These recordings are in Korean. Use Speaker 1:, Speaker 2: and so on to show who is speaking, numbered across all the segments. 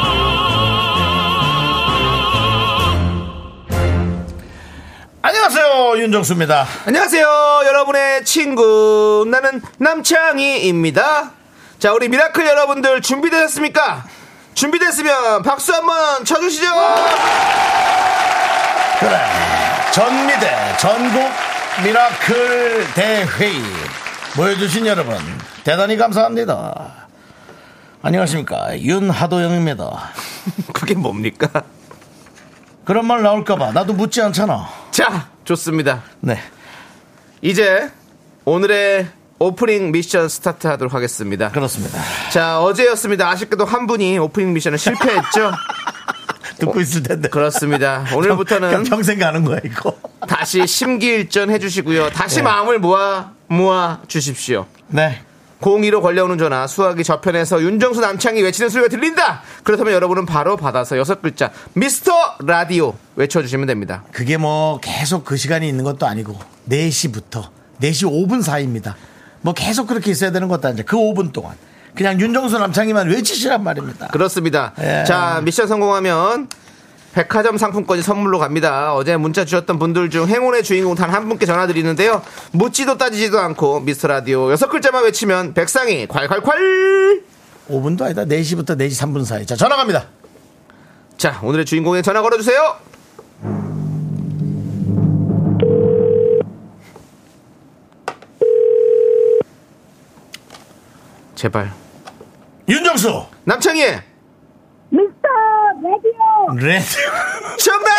Speaker 1: 안녕하세요 윤정수입니다.
Speaker 2: 안녕하세요, 여러분의 친구 나는 남창희입니다. 자, 우리 미라클 여러분들 준비되셨습니까? 준비됐으면 박수 한번 쳐주시죠.
Speaker 1: 그래 전미대 전국 미라클 대회의 모여주신 여러분 대단히 감사합니다. 안녕하십니까 윤하도영입니다.
Speaker 2: 그게 뭡니까?
Speaker 1: 그런 말 나올까봐 나도 묻지 않잖아.
Speaker 2: 자, 좋습니다.
Speaker 1: 네.
Speaker 2: 이제 오늘의 오프닝 미션 스타트하도록 하겠습니다.
Speaker 1: 그렇습니다.
Speaker 2: 자, 어제였습니다. 아쉽게도 한 분이 오프닝 미션을 실패했죠.
Speaker 1: 듣고 있을 텐데.
Speaker 2: 그렇습니다.
Speaker 1: 그냥
Speaker 2: 오늘부터는
Speaker 1: 평생 가는 거야 이거.
Speaker 2: 다시 심기일전 해주시고요. 다시 마음을 모아 모아 주십시오.
Speaker 1: 네.
Speaker 2: 02로 걸려오는 전화 수학이 저편에서 윤정수 남창이 외치는 소리가 들린다. 그렇다면 여러분은 바로 받아서 여섯 글자 미스터 라디오 외쳐주시면 됩니다.
Speaker 1: 그게 뭐 계속 그 시간이 있는 것도 아니고 4시부터 4시 5분 사이입니다. 뭐 계속 그렇게 있어야 되는 것도 아니죠. 그 5분 동안 그냥 윤정수 남창이만 외치시란 말입니다.
Speaker 2: 그렇습니다.
Speaker 1: 예.
Speaker 2: 자 미션 성공하면 백화점 상품권이 선물로 갑니다. 어제 문자 주셨던 분들 중 행운의 주인공 단 한 분께 전화드리는데요. 묻지도 따지지도 않고 미스터 라디오 여섯 글자만 외치면 백상이 콸콸콸
Speaker 1: 5분도 아니다. 4시부터 4시 3분 사이. 자, 전화 갑니다.
Speaker 2: 자 오늘의 주인공에 전화 걸어주세요. 제발
Speaker 1: 윤정수!
Speaker 2: 남창희의
Speaker 3: 미스터 라디오
Speaker 1: 레디.
Speaker 2: 정답!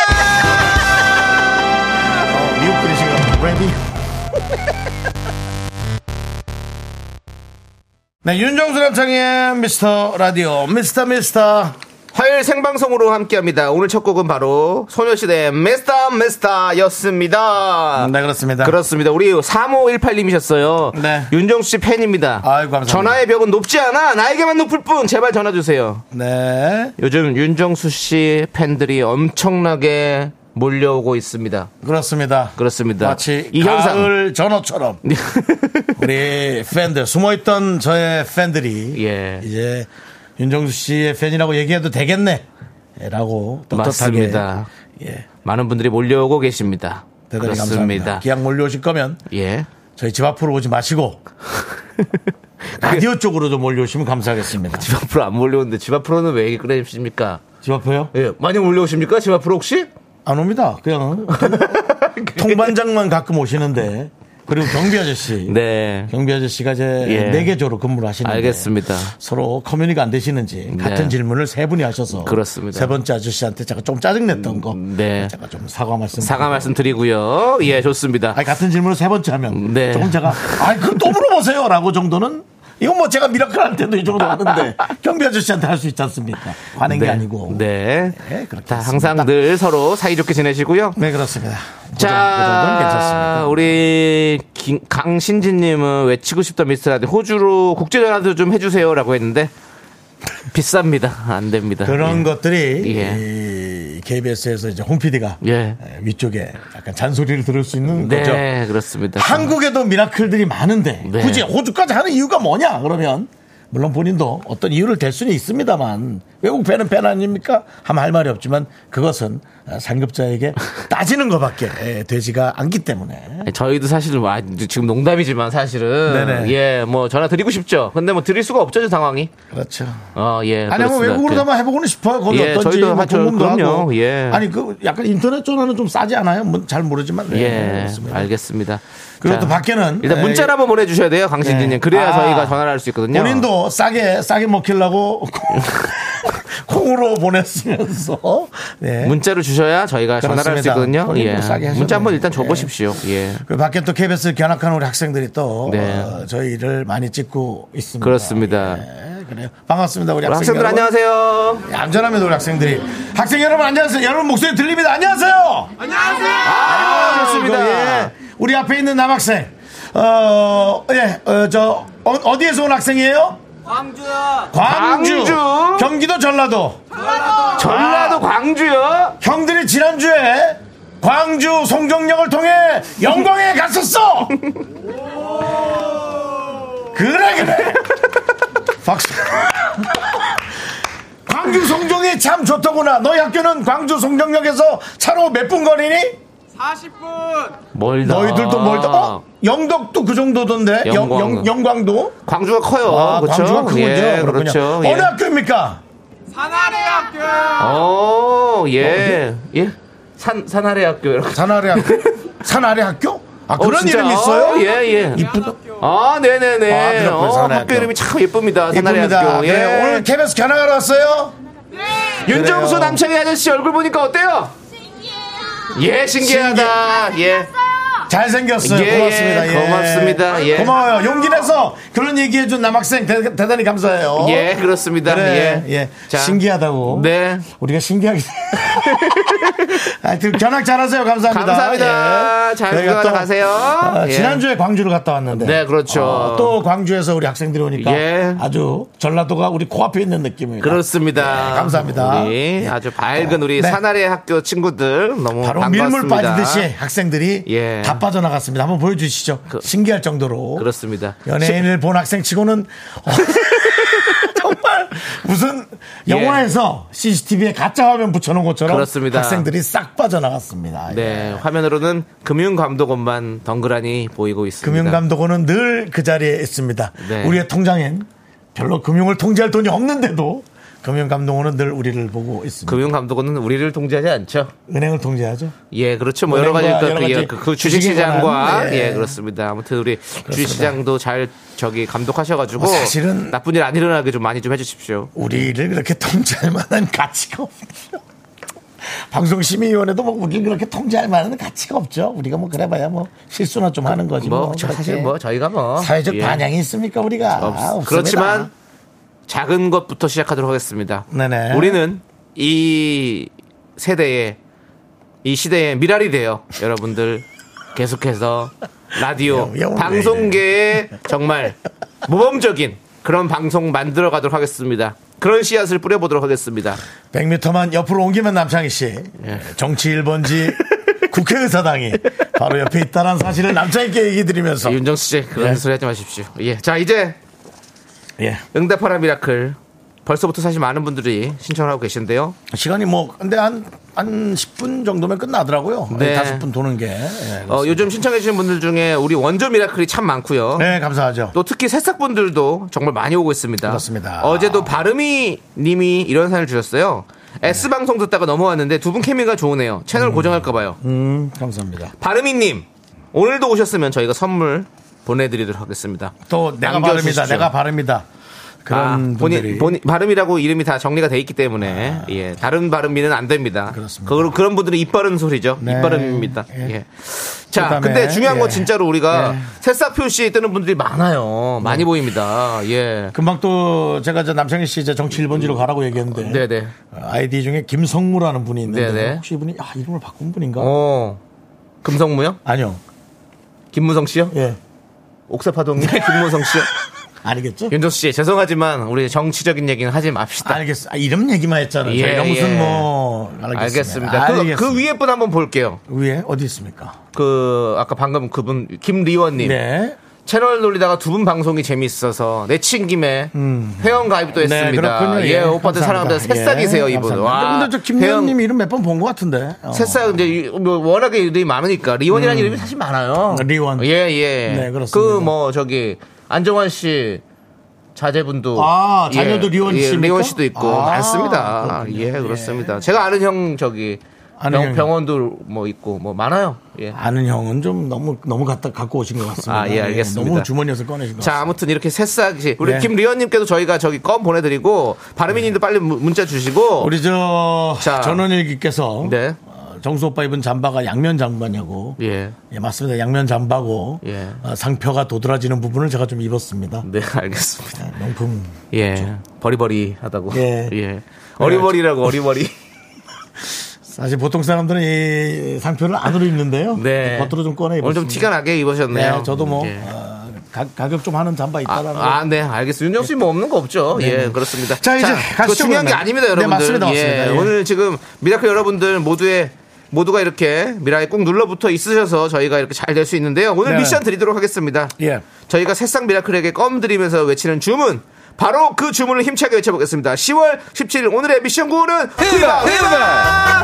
Speaker 1: 미국 분이신가 레디. 네, 윤정수 남창의 미스터 라디오. 미스터 미스터.
Speaker 2: 화요일 생방송으로 함께합니다. 오늘 첫 곡은 바로 소녀시대 메스타 메스타였습니다.
Speaker 1: 네, 그렇습니다.
Speaker 2: 아, 그렇습니다. 우리 3518님이셨어요.
Speaker 1: 네.
Speaker 2: 윤정수 씨 팬입니다.
Speaker 1: 아이고, 감사합니다.
Speaker 2: 전화의 벽은 높지 않아. 나에게만 높을 뿐. 제발 전화 주세요.
Speaker 1: 네.
Speaker 2: 요즘 윤정수 씨 팬들이 엄청나게 몰려오고 있습니다.
Speaker 1: 그렇습니다.
Speaker 2: 그렇습니다.
Speaker 1: 마치
Speaker 2: 이 현상.
Speaker 1: 가을 전어처럼 우리 팬들 숨어있던 저의 팬들이
Speaker 2: 예.
Speaker 1: 이제 윤정수 씨의 팬이라고 얘기해도 되겠네라고 떳떳하게
Speaker 2: 맞습니다.
Speaker 1: 예
Speaker 2: 많은 분들이 몰려오고 계십니다.
Speaker 1: 대단히
Speaker 2: 그렇습니다.
Speaker 1: 감사합니다. 기왕 몰려오실 거면
Speaker 2: 예.
Speaker 1: 저희 집 앞으로 오지 마시고
Speaker 2: 그
Speaker 1: 라디오 쪽으로도 몰려오시면 감사하겠습니다.
Speaker 2: 집 앞으로 안 몰려오는데 집 앞으로는 왜 끌어주십니까?
Speaker 1: 집 앞에요?
Speaker 2: 예. 많이 몰려오십니까? 집 앞으로 혹시?
Speaker 1: 안 옵니다. 그냥 통- 통반장만 가끔 오시는데 그리고 경비 아저씨
Speaker 2: 네.
Speaker 1: 경비 아저씨가
Speaker 2: 예.
Speaker 1: 제 네 개조로 근무를 하시는데
Speaker 2: 알겠습니다.
Speaker 1: 서로 커뮤니가 안 되시는지 같은 질문을 세 분이 하셔서
Speaker 2: 네. 그렇습니다.
Speaker 1: 세 번째 아저씨한테 제가 좀 짜증냈던 거
Speaker 2: 네.
Speaker 1: 제가 좀 사과 말씀
Speaker 2: 사과 말씀 드리고요. 예, 좋습니다.
Speaker 1: 네. 아니, 같은 질문을 세 번째 하면
Speaker 2: 네.
Speaker 1: 조금 제가 아이 그럼 또 물어보세요 라고 정도는 이건 뭐 제가 미라클한테도 이 정도 하는데 경비 아저씨한테 할 수 있지 않습니까 화낸
Speaker 2: 네.
Speaker 1: 게 아니고
Speaker 2: 네.
Speaker 1: 네, 그렇게
Speaker 2: 다
Speaker 1: 했습니다.
Speaker 2: 항상 늘 서로 사이좋게 지내시고요.
Speaker 1: 네, 그렇습니다 그 정- 그 정도는
Speaker 2: 자,
Speaker 1: 괜찮습니다
Speaker 2: 우리 김- 강신진님은 외치고 싶다 미스터라디 호주로 국제전화도 좀 해주세요라고 했는데 비쌉니다. 안 됩니다.
Speaker 1: 그런
Speaker 2: 예.
Speaker 1: 것들이
Speaker 2: 예.
Speaker 1: 이 KBS에서 이제 홍 PD가
Speaker 2: 예.
Speaker 1: 위쪽에 약간 잔소리를 들을 수 있는 거죠
Speaker 2: 네, 그렇습니다.
Speaker 1: 한국에도 미라클들이 많은데
Speaker 2: 네.
Speaker 1: 굳이 호주까지 하는 이유가 뭐냐 그러면 물론 본인도 어떤 이유를 댈 수는 있습니다만 외국 팬은 팬 아닙니까? 하면 할 말이 없지만 그것은 상급자에게 따지는 것밖에 되지가 않기 때문에
Speaker 2: 아니, 네, 저희도 사실은 와, 지금 농담이지만 사실은
Speaker 1: 네네.
Speaker 2: 예, 뭐 전화 드리고 싶죠. 근데 뭐 드릴 수가 없죠, 상황이.
Speaker 1: 그렇죠.
Speaker 2: 어, 예.
Speaker 1: 아니 면
Speaker 2: 그렇습니다.
Speaker 1: 외국으로
Speaker 2: 그-
Speaker 1: 가면 해보고는 싶어요. 거기
Speaker 2: 예,
Speaker 1: 어떤지
Speaker 2: 저희도
Speaker 1: 뭐
Speaker 2: 하죠.
Speaker 1: 궁금도
Speaker 2: 그럼요.
Speaker 1: 하고.
Speaker 2: 예.
Speaker 1: 아니 그 약간 인터넷 전화는 좀 싸지 않아요? 뭐, 잘 모르지만 네,
Speaker 2: 예,
Speaker 1: 그렇습니다.
Speaker 2: 알겠습니다.
Speaker 1: 그리고
Speaker 2: 자,
Speaker 1: 또 밖에는
Speaker 2: 일단
Speaker 1: 예,
Speaker 2: 문자를 한번 보내주셔야 돼요, 강신진님.
Speaker 1: 예.
Speaker 2: 그래야
Speaker 1: 아.
Speaker 2: 저희가 전화를 할 수 있거든요.
Speaker 1: 본인도 싸게 싸게 먹히려고 콩으로 보냈으면서 네.
Speaker 2: 문자를 주셔야 저희가 전화를 할 수
Speaker 1: 그렇습니다.
Speaker 2: 있거든요.
Speaker 1: 본인도
Speaker 2: 예.
Speaker 1: 싸게 하셔야
Speaker 2: 문자 한번
Speaker 1: 돼요.
Speaker 2: 일단
Speaker 1: 예.
Speaker 2: 줘보십시오. 예.
Speaker 1: 그 밖에 또 KBS 견학하는 우리 학생들이 또
Speaker 2: 네.
Speaker 1: 어, 저희를 많이 찍고 있습니다.
Speaker 2: 그렇습니다.
Speaker 1: 예. 예, 그래요. 반갑습니다. 우리
Speaker 2: 우리
Speaker 1: 학생
Speaker 2: 학생들
Speaker 1: 여러분.
Speaker 2: 안녕하세요.
Speaker 1: 예, 안전합니다, 우리 학생들이. 학생 여러분, 안녕하세요. 여러분 목소리 들립니다. 안녕하세요.
Speaker 2: 반갑습니다.
Speaker 1: 예. 우리 앞에 있는 남학생. 어, 예, 어, 저, 어, 디에서온 학생이에요? 광주요. 광주.
Speaker 2: 광주.
Speaker 1: 경기도 전라도.
Speaker 2: 전라도 광주요.
Speaker 1: 형들이 지난주에 광주 송정역을 통해 영광에 갔었어! 그래, 그래! 박수. 광주 송정이 참 좋더구나. 너희 학교는 광주 송정역에서 차로 몇 분 거리니?
Speaker 2: 멀다. 아.
Speaker 1: 너희들도 멀다. 어? 영덕도 그 정도던데. 영,
Speaker 2: 영광.
Speaker 1: 영, 영광도.
Speaker 2: 광주가 커요.
Speaker 1: 아,
Speaker 2: 그렇죠?
Speaker 1: 광주가 크군요.
Speaker 2: 예,
Speaker 1: 그렇군요.
Speaker 2: 그렇죠.
Speaker 1: 어느 네.
Speaker 2: 예.
Speaker 1: 학교입니까?
Speaker 2: 어,
Speaker 1: 네.
Speaker 2: 예. 예? 산, 산아래 학교 이렇게.
Speaker 1: 산아래 학교. 산아래 학교? 아, 그런
Speaker 2: 진짜?
Speaker 1: 이름 있어요?
Speaker 2: 어, 예, 예.
Speaker 1: 이쁘다.
Speaker 2: 아, 네네네.
Speaker 1: 아, 그렇군요.
Speaker 2: 어,
Speaker 1: 산아래
Speaker 2: 학교
Speaker 1: 학교.
Speaker 2: 이름이 참 예쁩니다. 산아래
Speaker 1: 이쁩니다.
Speaker 2: 학교. 예.
Speaker 1: 그래요. 오늘 KBS 견학하러 왔어요?
Speaker 2: 윤정수
Speaker 1: 그래요.
Speaker 2: 남창희 아저씨 얼굴 보니까 어때요? 예, 신기하다. 예.
Speaker 1: 잘생겼어요.
Speaker 2: 예,
Speaker 1: 고맙습니다.
Speaker 2: 예. 고맙습니다. 예.
Speaker 1: 고마워요. 용기 내서 그런 얘기해준 남학생 대, 단히 감사해요.
Speaker 2: 예, 그렇습니다.
Speaker 1: 어? 그래,
Speaker 2: 예.
Speaker 1: 예.
Speaker 2: 자.
Speaker 1: 신기하다고.
Speaker 2: 네.
Speaker 1: 우리가 신기하게. 하여튼 견학 잘하세요. 감사합니다. 예.
Speaker 2: 감사합니다. 잘
Speaker 1: 저희가
Speaker 2: 건강하다
Speaker 1: 또,
Speaker 2: 가세요.
Speaker 1: 아,
Speaker 2: 예.
Speaker 1: 지난주에 광주를 갔다 왔는데.
Speaker 2: 네, 그렇죠.
Speaker 1: 어, 또 광주에서 우리 학생들이 오니까
Speaker 2: 예.
Speaker 1: 아주 전라도가 우리 코앞에 있는 느낌입니다.
Speaker 2: 그렇습니다.
Speaker 1: 네, 감사합니다.
Speaker 2: 우리
Speaker 1: 예.
Speaker 2: 아주 밝은 우리
Speaker 1: 네.
Speaker 2: 산아래 학교 친구들 너무
Speaker 1: 바로
Speaker 2: 반갑습니다.
Speaker 1: 밀물 빠지듯이 학생들이
Speaker 2: 예.
Speaker 1: 다 빠져나갔습니다. 한번 보여주시죠.
Speaker 2: 그-
Speaker 1: 신기할 정도로.
Speaker 2: 그렇습니다.
Speaker 1: 연예인을 본 학생 치고는 정말 무슨 영화에서 CCTV에 가짜 화면 붙여놓은 것처럼
Speaker 2: 예. 그렇습니다.
Speaker 1: 학생들이 싹 빠져나갔습니다. 예.
Speaker 2: 네, 화면으로는 금융감독원만 덩그라니 보이고 있습니다.
Speaker 1: 금융감독원은 늘 그 자리에 있습니다.
Speaker 2: 네.
Speaker 1: 우리의 통장엔 별로 금융을 통제할 돈이 없는데도 금융감독원은 늘 우리를 보고 있습니다.
Speaker 2: 금융감독원은 우리를 그 통제하지 않죠.
Speaker 1: 은행을 통제하죠.
Speaker 2: 예, 그렇죠. 뭐 여러
Speaker 1: 은행과
Speaker 2: 가지
Speaker 1: 여러
Speaker 2: 그,
Speaker 1: 가지
Speaker 2: 그, 그
Speaker 1: 주식에
Speaker 2: 주식시장과
Speaker 1: 관한, 예.
Speaker 2: 예, 그렇습니다. 아무튼 우리 주식시장도 잘 저기 감독하셔가지고
Speaker 1: 어, 사실은-
Speaker 2: 나쁜 일 안 일어나게 좀 많이 좀 해주십시오.
Speaker 1: 우리를 그렇게 통제할 만한 가치가 없죠. 방송심의위원회도 뭐 우리를 그렇게 통제할 만한 가치가 없죠. 우리가 뭐 그래봐야 뭐 실수나 좀 하는 거지 뭐.
Speaker 2: 뭐 저- 사실
Speaker 1: 그렇게.
Speaker 2: 뭐 저희가 뭐
Speaker 1: 사회적
Speaker 2: 예.
Speaker 1: 반향이 있습니까 우리가?
Speaker 2: 없-
Speaker 1: 아, 없습니다.
Speaker 2: 그렇지만 작은 것부터 시작하도록 하겠습니다.
Speaker 1: 네네.
Speaker 2: 우리는 이 세대에 이 시대의 미랄이 돼요. 여러분들 계속해서 라디오
Speaker 1: 야, 야, 오늘
Speaker 2: 방송계에 정말 모범적인 그런 방송 만들어 가도록 하겠습니다. 그런 씨앗을 뿌려보도록 하겠습니다.
Speaker 1: 100m만 옆으로 옮기면 남창희 씨
Speaker 2: 예.
Speaker 1: 정치 1번지 국회의사당이 바로 옆에 있다는 사실을 남창희께 얘기 드리면서
Speaker 2: 윤정수 씨 그런
Speaker 1: 예.
Speaker 2: 소리 하지 마십시오. 예, 자 이제
Speaker 1: 예.
Speaker 2: 응답하라 미라클 벌써부터 사실 많은 분들이 신청하고 계신데요. 어,
Speaker 1: 시간이 뭐 근데 한, 한 10분 정도면 끝나더라고요.
Speaker 2: 네.
Speaker 1: 5분 도는 게. 예.
Speaker 2: 어, 요즘 신청해주신 분들 중에 우리 원조 미라클이 참 많고요.
Speaker 1: 네 감사하죠.
Speaker 2: 또 특히 새싹분들도 정말 많이 오고 있습니다.
Speaker 1: 그렇습니다.
Speaker 2: 어제도 바르미 님이 이런 사연을 주셨어요.
Speaker 1: 네.
Speaker 2: S방송 듣다가 넘어왔는데 두 분 케미가 좋으네요. 채널 고정할까봐요.
Speaker 1: 음 감사합니다.
Speaker 2: 바르미 님, 오늘도 오셨으면 저희가 선물 보내드리도록 하겠습니다.
Speaker 1: 또 내가
Speaker 2: 남겨주십시오.
Speaker 1: 바릅니다. 내가 바릅니다. 그런
Speaker 2: 아,
Speaker 1: 분들이 아.
Speaker 2: 본인, 본인, 발음이라고 이름이 다 정리가 돼 있기 때문에 예, 다른 발음미는 안 됩니다.
Speaker 1: 그렇습니다.
Speaker 2: 그, 그런 분들은 입바른 소리죠.
Speaker 1: 네.
Speaker 2: 입바름입니다.
Speaker 1: 예.
Speaker 2: 예. 자,
Speaker 1: 그다음에,
Speaker 2: 근데 중요한 건
Speaker 1: 예. 네.
Speaker 2: 진짜로 우리가 새싹 표시 뜨는 분들이 많아요. 많이 보입니다. 예.
Speaker 1: 금방 또 제가 저 남창희 씨 이제 정치 1번지로 가라고 얘기했는데
Speaker 2: 네네.
Speaker 1: 어, 아이디 중에 김성무라는 분이 있는데
Speaker 2: 네네.
Speaker 1: 혹시 이분이 아, 이름을 바꾼 분인가?
Speaker 2: 어. 금성무요?
Speaker 1: 아니요.
Speaker 2: 김무성 씨요?
Speaker 1: 예. 네.
Speaker 2: 옥사파동의 김무성 씨요?
Speaker 1: 아니겠죠?
Speaker 2: 윤정수 씨, 죄송하지만 우리 정치적인 얘기는 하지 맙시다.
Speaker 1: 알겠어. 아, 이름 얘기만 했잖아요.
Speaker 2: 예,
Speaker 1: 저희가 무슨
Speaker 2: 예.
Speaker 1: 뭐
Speaker 2: 알겠습니다.
Speaker 1: 알겠습니다.
Speaker 2: 그, 그 위에 분 한번 볼게요.
Speaker 1: 위에 어디 있습니까?
Speaker 2: 그 아까 방금 그분 김리원님
Speaker 1: 네.
Speaker 2: 채널 돌리다가 두 분 방송이 재밌어서 내친 김에 회원 가입도 했습니다.
Speaker 1: 음. 네, 그렇군요.
Speaker 2: 예, 오빠들 사랑합니다. 새싹이세요
Speaker 1: 예,
Speaker 2: 이분.
Speaker 1: 감사합니다.
Speaker 2: 와,
Speaker 1: 근데 저 김미연님 이름 몇 번 본 것 같은데. 어.
Speaker 2: 새싹 이제 이- 뭐 워낙에 이름이 많으니까 리원이라는 이름이 사실 많아요.
Speaker 1: 음. 리원.
Speaker 2: 예, 예.
Speaker 1: 네, 그렇습니다.
Speaker 2: 그 뭐 저기 안정환 씨 자제분도
Speaker 1: 아, 자녀도 리원
Speaker 2: 예,
Speaker 1: 씨입니까?
Speaker 2: 리원 씨도 있고
Speaker 1: 아,
Speaker 2: 많습니다.
Speaker 1: 그렇군요.
Speaker 2: 예, 그렇습니다. 제가 아는 형 저기
Speaker 1: 아는 형이요?
Speaker 2: 병, 원도뭐 있고 뭐 많아요. 예.
Speaker 1: 아는 형은 좀 너무 너무 갖다 갖고 오신 것 같습니다.
Speaker 2: 아, 예, 알겠습니다.
Speaker 1: 너무 주머니에서 꺼내신 것
Speaker 2: 자,
Speaker 1: 같습니다.
Speaker 2: 아무튼 이렇게 새싹이 우리
Speaker 1: 네.
Speaker 2: 김리원님께도 저희가 저기 껌 보내드리고 바르미님도 빨리 문- 문자 주시고
Speaker 1: 예. 우리 저
Speaker 2: 뭐- 자.
Speaker 1: 전원일기께서
Speaker 2: 네.
Speaker 1: 어, 정수 오빠 입은 잠바가 양면 잠바냐고.
Speaker 2: 예.
Speaker 1: 예, 맞습니다. 양면 잠바고
Speaker 2: 예.
Speaker 1: 어, 상표가 도드라지는 부분을 제가 좀 입었습니다.
Speaker 2: 네, 알겠습니다.
Speaker 1: 네, 명품.
Speaker 2: 예. 버리버리 하다고.
Speaker 1: 그렇죠. 예. 네.
Speaker 2: 예. 어리버리라고, 어리버리.
Speaker 1: 사실 보통 사람들은 이 상표를 안으로 입는데요.
Speaker 2: 네.
Speaker 1: 겉으로 좀 꺼내 입었습니다.
Speaker 2: 오늘 좀 티가 나게 입으셨네요.
Speaker 1: 네, 저도 뭐
Speaker 2: 예.
Speaker 1: 어, 가, 가격 좀 하는 잠바
Speaker 2: 아,
Speaker 1: 있다라는.
Speaker 2: 아, 네, 알겠습니다. 윤정 씨뭐 없는 거 없죠? 예, 그렇습니다.
Speaker 1: 네, 자, 이제 가시죠,
Speaker 2: 그거 중요한 게
Speaker 1: 그러면.
Speaker 2: 아닙니다,
Speaker 1: 네,
Speaker 2: 여러분들.
Speaker 1: 맞습니다,
Speaker 2: 예,
Speaker 1: 맞습니다. 예.
Speaker 2: 오늘 지금 미라클 여러분들 모두의 모두가 이렇게 미라에 꼭 눌러붙어 있으셔서 저희가 이렇게 잘 될 수 있는데요. 오늘
Speaker 1: 네.
Speaker 2: 미션 드리도록 하겠습니다.
Speaker 1: 예.
Speaker 2: 저희가 새싹 미라클에게 껌 드리면서 외치는 주문. 바로 그 주문을 힘차게 외쳐보겠습니다. 10월 17일 오늘의 미션 구호는 후바 후바.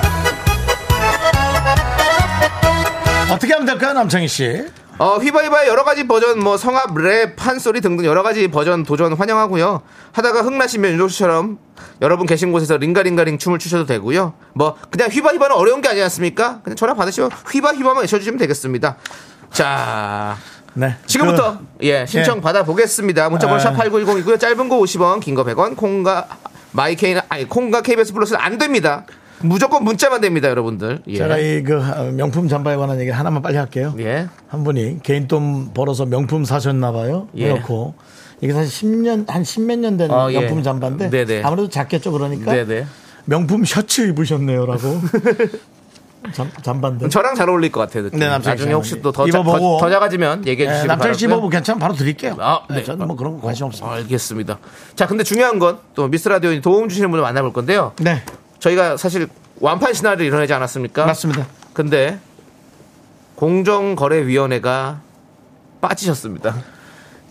Speaker 1: 어떻게 하면 될까요, 남창희 씨?
Speaker 2: 어, 휘바이바의 여러 가지 버전, 뭐 성악, 랩, 판소리 등등 여러 가지 버전 도전 환영하고요. 하다가 흥나시면 윤종수처럼 여러분 계신 곳에서 링가링가링 춤을 추셔도 되고요. 뭐 그냥 휘바휘바는 어려운 게 아니지 않습니까? 그냥 전화 받으시면 휘바휘바만 외쳐주시면 되겠습니다. 자,
Speaker 1: 네.
Speaker 2: 지금부터 예 신청
Speaker 1: 예.
Speaker 2: 받아보겠습니다.
Speaker 1: 아.
Speaker 2: 문자번호 샵 8910이고요. 짧은 거 50원, 긴 거 100원, 콩과 마이케인 아니 콩과 KBS 플러스는 안 됩니다. 무조건 문자만 됩니다, 여러분들. 예.
Speaker 1: 제가 이 그 명품 잠바에 관한 얘기 하나만 빨리 할게요.
Speaker 2: 예.
Speaker 1: 한 분이 개인 돈 벌어서 명품 사셨나 봐요.
Speaker 2: 예.
Speaker 1: 그렇고 이게 사실 10년 한 10몇 년 된
Speaker 2: 아, 예.
Speaker 1: 명품 잠바인데
Speaker 2: 네네.
Speaker 1: 아무래도 작겠죠 그러니까
Speaker 2: 네네.
Speaker 1: 명품 셔츠 입으셨네요라고 잠, 잠반데
Speaker 2: 저랑 잘 어울릴 것 같아요. 느낌.
Speaker 1: 네, 남창희
Speaker 2: 나중에
Speaker 1: 씨.
Speaker 2: 혹시 또 더
Speaker 1: 입어보고.
Speaker 2: 작아지면 얘기해
Speaker 1: 예,
Speaker 2: 주시면
Speaker 1: 남창희 씨 뭐, 괜찮으면 바로 드릴게요.
Speaker 2: 네, 아,
Speaker 1: 네,
Speaker 2: 네.
Speaker 1: 저는 뭐 그런 거 관심 없습니다.
Speaker 2: 알겠습니다. 자, 근데 중요한 건 또 미스 라디오 도움 주시는 분을 만나볼 건데요.
Speaker 1: 네,
Speaker 2: 저희가 사실 완판 시나리오 이뤄내지 않았습니까?
Speaker 1: 맞습니다.
Speaker 2: 근데 공정거래위원회가 빠지셨습니다.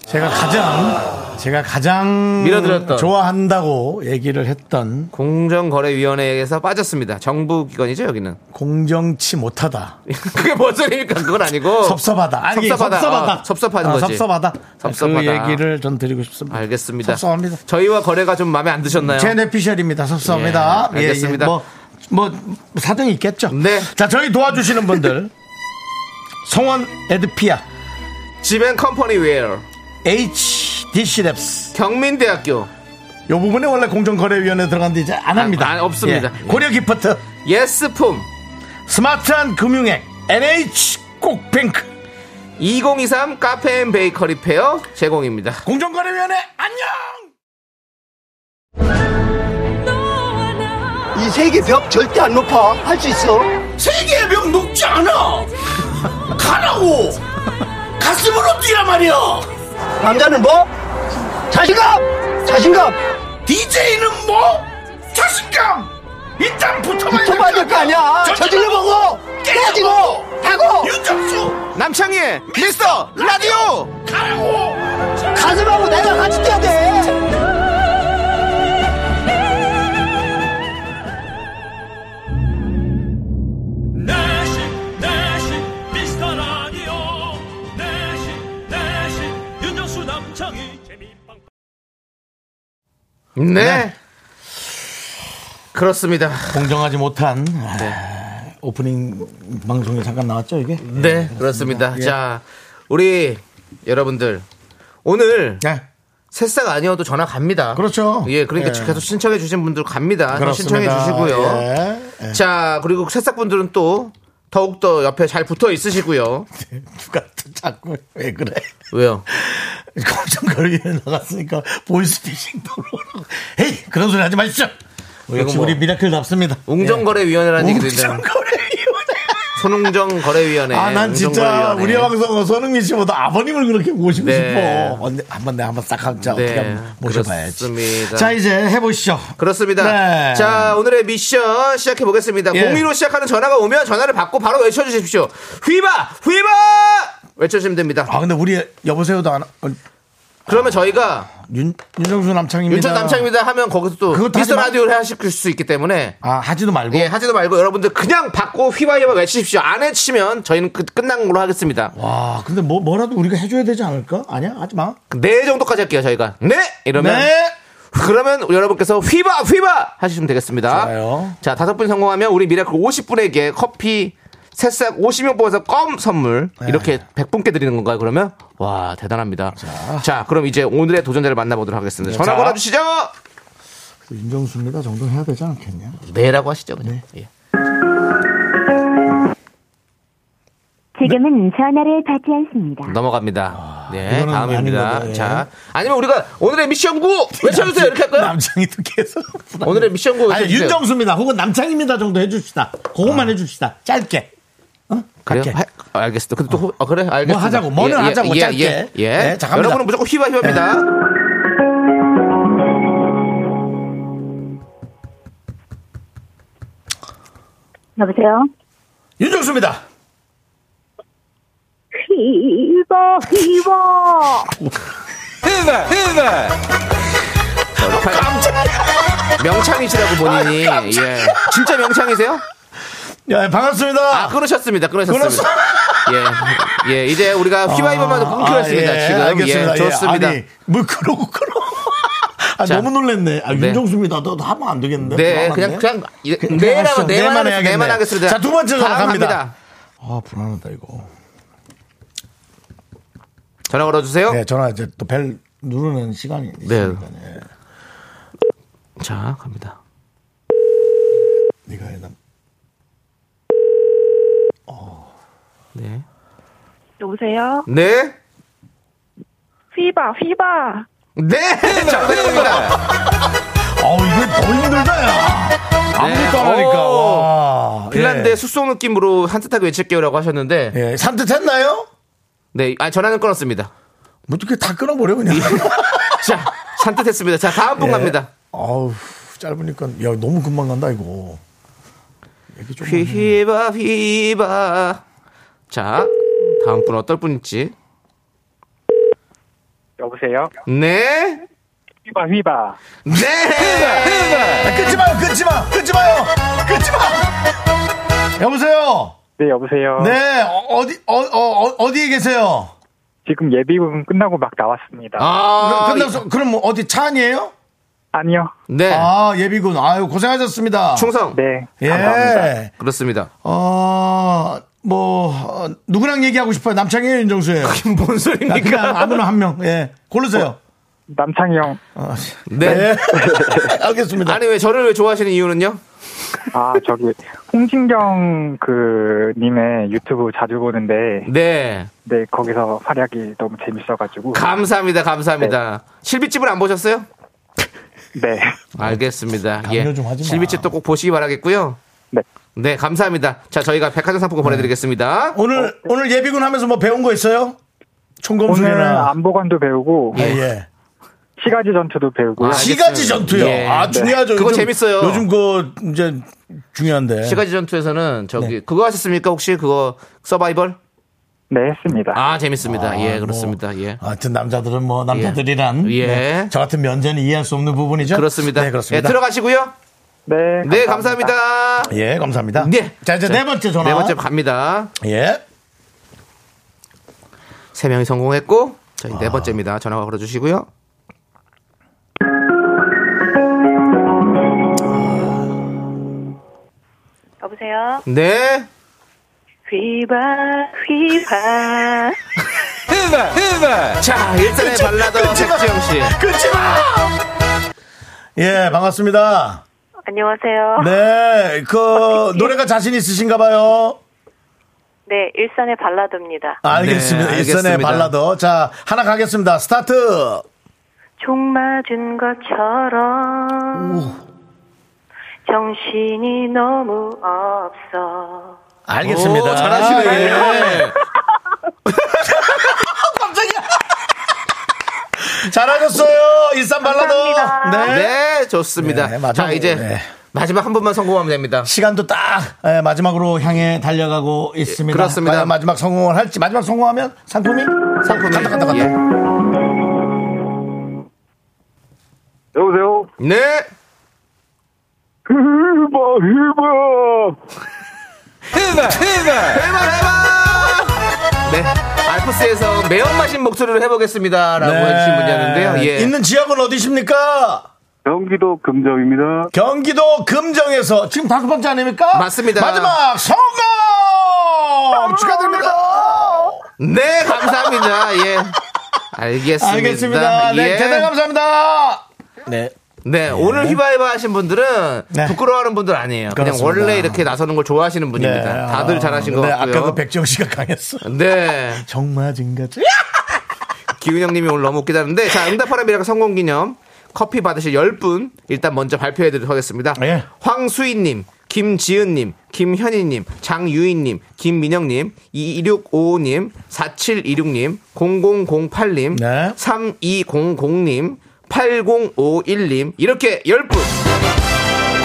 Speaker 1: 제가 가장 제가 가장
Speaker 2: 밀어드렸던.
Speaker 1: 좋아한다고 얘기를 했던
Speaker 2: 공정거래위원회에서 빠졌습니다. 정부 기관이죠 여기는.
Speaker 1: 공정치 못하다,
Speaker 2: 그게 뭔 소리입니까? 그건 아니고.
Speaker 1: 섭섭하다, 아니
Speaker 2: 어. 섭섭하다.
Speaker 1: 섭섭하다,
Speaker 2: 어, 섭섭하는 거지.
Speaker 1: 섭섭하다.
Speaker 2: 섭섭하다.
Speaker 1: 그 얘기를 전 드리고 싶습니다.
Speaker 2: 알겠습니다.
Speaker 1: 섭섭합니다.
Speaker 2: 저희와 거래가 좀 마음에 안 드셨나요?
Speaker 1: 제뇌피셜입니다 섭섭합니다.
Speaker 2: 예, 알겠습니다.
Speaker 1: 뭐, 뭐 사정이 있겠죠.
Speaker 2: 네.
Speaker 1: 자, 저희 도와주시는 분들. 성원 에드피아,
Speaker 2: 지벤 컴퍼니 웨어,
Speaker 1: HDC 랩스.
Speaker 2: 경민대학교,
Speaker 1: 요 부분에 원래 공정거래위원회 들어간데 이제 안 합니다.
Speaker 2: 아, 아, 없습니다.
Speaker 1: 예. 고려 기프트,
Speaker 2: 예스품,
Speaker 1: 스마트한 금융액, NH 꼭뱅크.
Speaker 2: 2023 카페 앤 베이커리 페어 제공입니다.
Speaker 1: 공정거래위원회 안녕!
Speaker 4: 이 세계 벽 절대 안 높아. 할 수 있어.
Speaker 1: 세계의 벽 녹지 않아! 가라고! 가슴으로 뛰란 말이야!
Speaker 4: 남자는 뭐? 자신감! 자신감!
Speaker 1: DJ는 뭐? 자신감! 일단 붙어봐야
Speaker 4: 톱야 될거 아니야. 저질러 보고! 깨지고! 하고!
Speaker 1: 윤정수!
Speaker 2: 남창희의 미스터 라디오!
Speaker 1: 가라고!
Speaker 4: 가슴하고 내가 같이 뛰어야 돼!
Speaker 5: 내시 내시 미스터 라디오 내시 내시 윤정수 남창희
Speaker 2: 네. 그렇습니다.
Speaker 1: 공정하지 못한 아, 오프닝 방송에 잠깐 나왔죠 이게? 예.
Speaker 2: 네, 그렇습니다. 자, 우리 여러분들. 오늘
Speaker 1: 네.
Speaker 2: 새싹 아니어도 전화 갑니다.
Speaker 1: 그렇죠.
Speaker 2: 예, 그러니까
Speaker 1: 예.
Speaker 2: 계속 신청해 주신 분들 갑니다. 또 신청해
Speaker 1: 그렇습니다.
Speaker 2: 주시고요.
Speaker 1: 예. 예.
Speaker 2: 자, 그리고 새싹 분들은 또 더욱더 옆에 잘 붙어 있으시고요.
Speaker 1: 예. 누가 또 자꾸 왜 그래?
Speaker 2: 왜요?
Speaker 1: 공정거리에 나갔으니까 보이스피싱 도로 에이 그런 소리 하지 마십시오. 역시
Speaker 2: 뭐-
Speaker 1: 우리 미라클답습니다. 예.
Speaker 2: 웅정거래위원회라는 얘기도 있잖아요.
Speaker 1: 공정거래위원회.
Speaker 2: 손웅정거래위원회.
Speaker 1: 아, 난 진짜
Speaker 2: 웅정거래위원회.
Speaker 1: 우리 방송 손흥민 씨보다 아버님을 그렇게 모시고
Speaker 2: 네.
Speaker 1: 싶어. 언제 한번 내 한번 싹 한번
Speaker 2: 네,
Speaker 1: 어떻게 한번 모셔봐야지.
Speaker 2: 그렇습니다.
Speaker 1: 자 이제 해보시죠.
Speaker 2: 그렇습니다.
Speaker 1: 네.
Speaker 2: 자, 오늘의 미션 시작해 보겠습니다.
Speaker 1: 예.
Speaker 2: 공리로 시작하는 전화가 오면 전화를 받고 바로 외쳐 주십시오. 휘바! 휘바! 외쳐주시면 됩니다.
Speaker 1: 아 근데 우리 여보세요도 안 어,
Speaker 2: 그러면 저희가
Speaker 1: 윤, 윤정수 남창입니다.
Speaker 2: 윤천 남창입니다 하면 거기서 또
Speaker 1: 아. 그것도 하지
Speaker 2: 미스터
Speaker 1: 마-
Speaker 2: 라디오를 하실 수 있기 때문에
Speaker 1: 아 하지도 말고.
Speaker 2: 예, 하지도 말고 여러분들 그냥 받고 휘바휘바 외치십시오. 안 외치면 저희는 끝- 끝난 걸로 하겠습니다.
Speaker 1: 와 근데 뭐 뭐라도 우리가 해줘야 되지 않을까? 아니야 하지 마.
Speaker 2: 네 정도까지 할게요, 저희가. 네! 이러면
Speaker 1: 네.
Speaker 2: 그러면 여러분께서 휘바 휘바 하시면 되겠습니다.
Speaker 1: 좋아요.
Speaker 2: 자 다섯 분 성공하면 우리 미라클 50분에게 커피 새싹 50명 뽑아서 껌 선물
Speaker 1: 네.
Speaker 2: 이렇게 100분께 드리는 건가요? 그러면 와 대단합니다. 자, 그럼 이제 오늘의 도전자를 만나보도록 하겠습니다. 전화
Speaker 1: 네, 자.
Speaker 2: 걸어주시죠.
Speaker 1: 그 윤정수입니다 정도 해야 되지 않겠냐?
Speaker 2: 네라고 하시죠 그냥. 예.
Speaker 3: 지금은 전화를 받지 않습니다.
Speaker 2: 넘어갑니다. 네,
Speaker 1: 아, 이거는 아닌
Speaker 2: 다음입니다.
Speaker 1: 거다, 예.
Speaker 2: 자, 아니면 우리가 오늘의 미션 구 외쳐주세요 이렇게 할까요?
Speaker 1: 남창이 또 계속. 부담-
Speaker 2: 오늘의 미션 구
Speaker 1: 아니,
Speaker 2: 외쳐주세요. 아.
Speaker 1: 윤정수입니다. 혹은 남창입니다 정도 해줍시다. 그것만 해줍시다. 짧게. 어?
Speaker 2: 그래요?
Speaker 1: 갈게.
Speaker 2: 하- 어, 알겠습니다. 근데 또 호- 어, 그래 알겠습니다.
Speaker 1: 뭐 하자고, 뭐는 하자고, 짧게.
Speaker 2: 예, 예.
Speaker 1: 네, 자, 갑니다.
Speaker 2: 여러분은 무조건 휘바휘바입니다.
Speaker 3: 여보세요?
Speaker 1: 윤정수입니다.
Speaker 3: 이거, 이거.
Speaker 2: 명창이시라고 본인이
Speaker 1: 아,
Speaker 2: 예. 진짜 명창이세요?
Speaker 1: 예, 반갑습니다.
Speaker 2: 아 끊으셨습니다. 끊으셨습니다. 예, 예. 이제 우리가 휘바휘바만 끊기였습니다.
Speaker 1: 아, 예,
Speaker 2: 지금
Speaker 1: 알겠습니다.
Speaker 2: 예, 좋습니다.
Speaker 1: 아니, 뭐 그러고 그러고. 아,
Speaker 2: 자.
Speaker 1: 너무 놀랬네. 아,
Speaker 2: 네.
Speaker 1: 윤정수입니다. 너 하면 안 되겠는데.
Speaker 2: 네,
Speaker 1: 불안한데?
Speaker 2: 그냥 그냥 이-
Speaker 1: 그냥 하시죠.
Speaker 2: 내만
Speaker 1: 내만
Speaker 2: 내만
Speaker 1: 해야겠네.
Speaker 2: 내만 하겠습니다.
Speaker 1: 자, 두 번째 전화
Speaker 2: 다음
Speaker 1: 갑니다. 아, 불안하다 이거.
Speaker 2: 전화 걸어주세요.
Speaker 1: 네, 전화 이제 또 벨 누르는 시간이 있으니까. 네.
Speaker 2: 자, 갑니다.
Speaker 1: 네가 해남.
Speaker 2: 네.
Speaker 6: 여보세요?
Speaker 2: 네.
Speaker 6: 휘바, 휘바.
Speaker 2: 네. 정답입니다.
Speaker 1: 어우, 이게 더 힘들다 야. 아무것도 안
Speaker 2: 네.
Speaker 1: 하니까.
Speaker 2: 오.
Speaker 1: 와.
Speaker 2: 핀란드 의 숙소 느낌으로 한뜻하게 외칠게요라고 하셨는데
Speaker 1: 예. 예. 산뜻했나요?
Speaker 2: 네, 아 전화는 끊었습니다.
Speaker 1: 뭐 어떻게 다 끊어버려 그냥.
Speaker 2: 자, 산뜻했습니다. 자, 다음 분
Speaker 1: 예.
Speaker 2: 갑니다.
Speaker 1: 아우, 짧으니까 야, 너무 금방 간다 이거. 얘기 좀
Speaker 2: 휘바 휘바. 자, 다음 분 어떨 분일지.
Speaker 7: 여보세요?
Speaker 2: 네.
Speaker 7: 휘바, 휘바.
Speaker 2: 네.
Speaker 1: 아, 끊지 마요, 끊지 마, 끊지 마요, 끊지 마. 여보세요.
Speaker 7: 네, 여보세요?
Speaker 1: 네, 어, 어디 어, 어, 어, 디에 계세요?
Speaker 7: 지금 예비군 끝나고 막 나왔습니다.
Speaker 2: 아,
Speaker 1: 끝나서 그럼 뭐 어디 차 안이에요?
Speaker 7: 아니요.
Speaker 2: 네.
Speaker 1: 아 예비군, 아유 고생하셨습니다.
Speaker 2: 충성.
Speaker 7: 네.
Speaker 1: 예.
Speaker 7: 감사합니다.
Speaker 2: 그렇습니다.
Speaker 1: 어, 뭐 어, 누구랑 얘기하고 싶어요? 남창이에요, 윤정수예요.
Speaker 2: 뭔
Speaker 1: 아, 그냥
Speaker 2: 소리입니까?
Speaker 1: 아무나 한 명, 예, 고르세요.
Speaker 7: 남창희 형.
Speaker 2: 네.
Speaker 1: 예. 알겠습니다.
Speaker 2: 아니 왜 저를 왜 좋아하시는 이유는요?
Speaker 7: 아, 저기, 홍진경 그, 님의 유튜브 자주 보는데,
Speaker 2: 네.
Speaker 7: 네, 거기서 활약이 너무 재밌어가지고.
Speaker 2: 감사합니다. 감사합니다. 실비집을 안 보셨어요?
Speaker 7: 네.
Speaker 2: 아, 알겠습니다. 예.
Speaker 1: 강요 좀 하지 마.
Speaker 2: 실비집도 꼭 보시기 바라겠고요.
Speaker 7: 네.
Speaker 2: 네, 감사합니다. 자, 저희가 백화점
Speaker 1: 네.
Speaker 2: 상품권 보내드리겠습니다.
Speaker 1: 오늘 오늘 예비군 하면서 뭐 배운 거 있어요?
Speaker 7: 오늘은
Speaker 1: 총검술이나
Speaker 7: 안보관도 배우고,
Speaker 1: 예. 예.
Speaker 7: 시가지 전투도 배우고요.
Speaker 2: 아,
Speaker 1: 시가지
Speaker 2: 알겠습니다.
Speaker 1: 전투요.
Speaker 2: 예.
Speaker 1: 아 중요하죠.
Speaker 2: 그거
Speaker 1: 요즘-
Speaker 2: 재밌어요.
Speaker 1: 요즘 그 이제 중요한데.
Speaker 2: 시가지 전투에서는 저기
Speaker 1: 네.
Speaker 2: 그거 하셨습니까? 혹시 그거 서바이벌?
Speaker 7: 네, 했습니다.
Speaker 2: 아, 재밌습니다.
Speaker 1: 아,
Speaker 2: 예,
Speaker 1: 뭐,
Speaker 2: 그렇습니다. 예.
Speaker 1: 하여튼 남자들은 뭐 남자들이란
Speaker 2: 예.
Speaker 1: 네, 저 같은 면제는 이해할 수 없는 부분이죠.
Speaker 2: 그렇습니다.
Speaker 1: 네 그렇습니다.
Speaker 2: 예, 들어가시고요.
Speaker 7: 네.
Speaker 2: 네, 감사합니다.
Speaker 1: 예 감사합니다.
Speaker 2: 네.
Speaker 1: 자 이제 네 번째 전화.
Speaker 2: 네 번째 갑니다.
Speaker 1: 예.
Speaker 2: 세 명이 성공했고 저희
Speaker 1: 아.
Speaker 2: 네 번째입니다. 전화 걸어 주시고요.
Speaker 6: 여보세요?
Speaker 2: 네.
Speaker 6: 휘바, 휘바.
Speaker 2: 자, 아, 일단의 발라더 백지영 씨.
Speaker 1: 예 반갑습니다.
Speaker 6: 안녕하세요.
Speaker 1: 네, 그 노래가 자신 있으신가봐요.
Speaker 6: 네, 일산의 발라드입니다.
Speaker 1: 알겠습니다.
Speaker 2: 네,
Speaker 1: 일선의
Speaker 2: 알겠습니다.
Speaker 1: 발라더. 자 하나 가겠습니다. 스타트.
Speaker 6: 총 맞은 것처럼 정신이 너무 없어.
Speaker 1: 알겠습니다.
Speaker 2: 오, 잘하시네.
Speaker 1: 예.
Speaker 2: 예.
Speaker 1: 잘하셨어요. 일산 발라더.
Speaker 6: 감사합니다.
Speaker 2: 네, 좋습니다.
Speaker 1: 네, 맞아.
Speaker 2: 자, 이제
Speaker 1: 네.
Speaker 2: 마지막 한 번만 성공하면 됩니다.
Speaker 1: 시간도 딱 예, 마지막으로 향해 달려가고 있습니다.
Speaker 2: 예, 그렇습니다. 네.
Speaker 1: 과연 마지막 성공을 할지 마지막 성공하면 상품이
Speaker 2: 상품이.
Speaker 1: 간다 간다 간다.
Speaker 2: 예.
Speaker 7: 여보세요?
Speaker 2: 네.
Speaker 7: 휘바, 휘바.
Speaker 2: 해봐 해봐. 네. 알프스에서 매운맛인 목소리로 해보겠습니다라고
Speaker 1: 네.
Speaker 2: 해주신 분이었는데요. 예.
Speaker 1: 있는 지역은 어디십니까?
Speaker 7: 경기도 금정입니다.
Speaker 1: 경기도 금정에서 지금 다섯 번째 아닙니까?
Speaker 2: 맞습니다. 아,
Speaker 1: 마지막 성공 축하드립니다.
Speaker 2: 네, 감사합니다. 예. 알겠습니다.
Speaker 1: 알겠습니다. 네,
Speaker 2: 예.
Speaker 1: 대단히 감사합니다. 네.
Speaker 2: 네, 오늘 휘바이바 하신 분들은
Speaker 1: 네.
Speaker 2: 부끄러워하는 분들 아니에요. 그냥
Speaker 1: 그렇습니다.
Speaker 2: 원래 이렇게 나서는 걸 좋아하시는 네. 분입니다. 다들 잘하신 것
Speaker 1: 네,
Speaker 2: 같고요.
Speaker 1: 아까 그 백정 씨가 강했어.
Speaker 2: 네,
Speaker 1: 정말 진가지?
Speaker 2: 기훈형님이 오늘 너무 웃기다는데 자 응답하라 미라클 성공기념 커피 받으실 10분 일단 먼저 발표해드리도록 하겠습니다
Speaker 1: 예.
Speaker 2: 황수인님 김지은님 김현희님 장유인님 김민영님 2655님 4726님 0008님
Speaker 1: 네.
Speaker 2: 3200님 8051님 이렇게 10분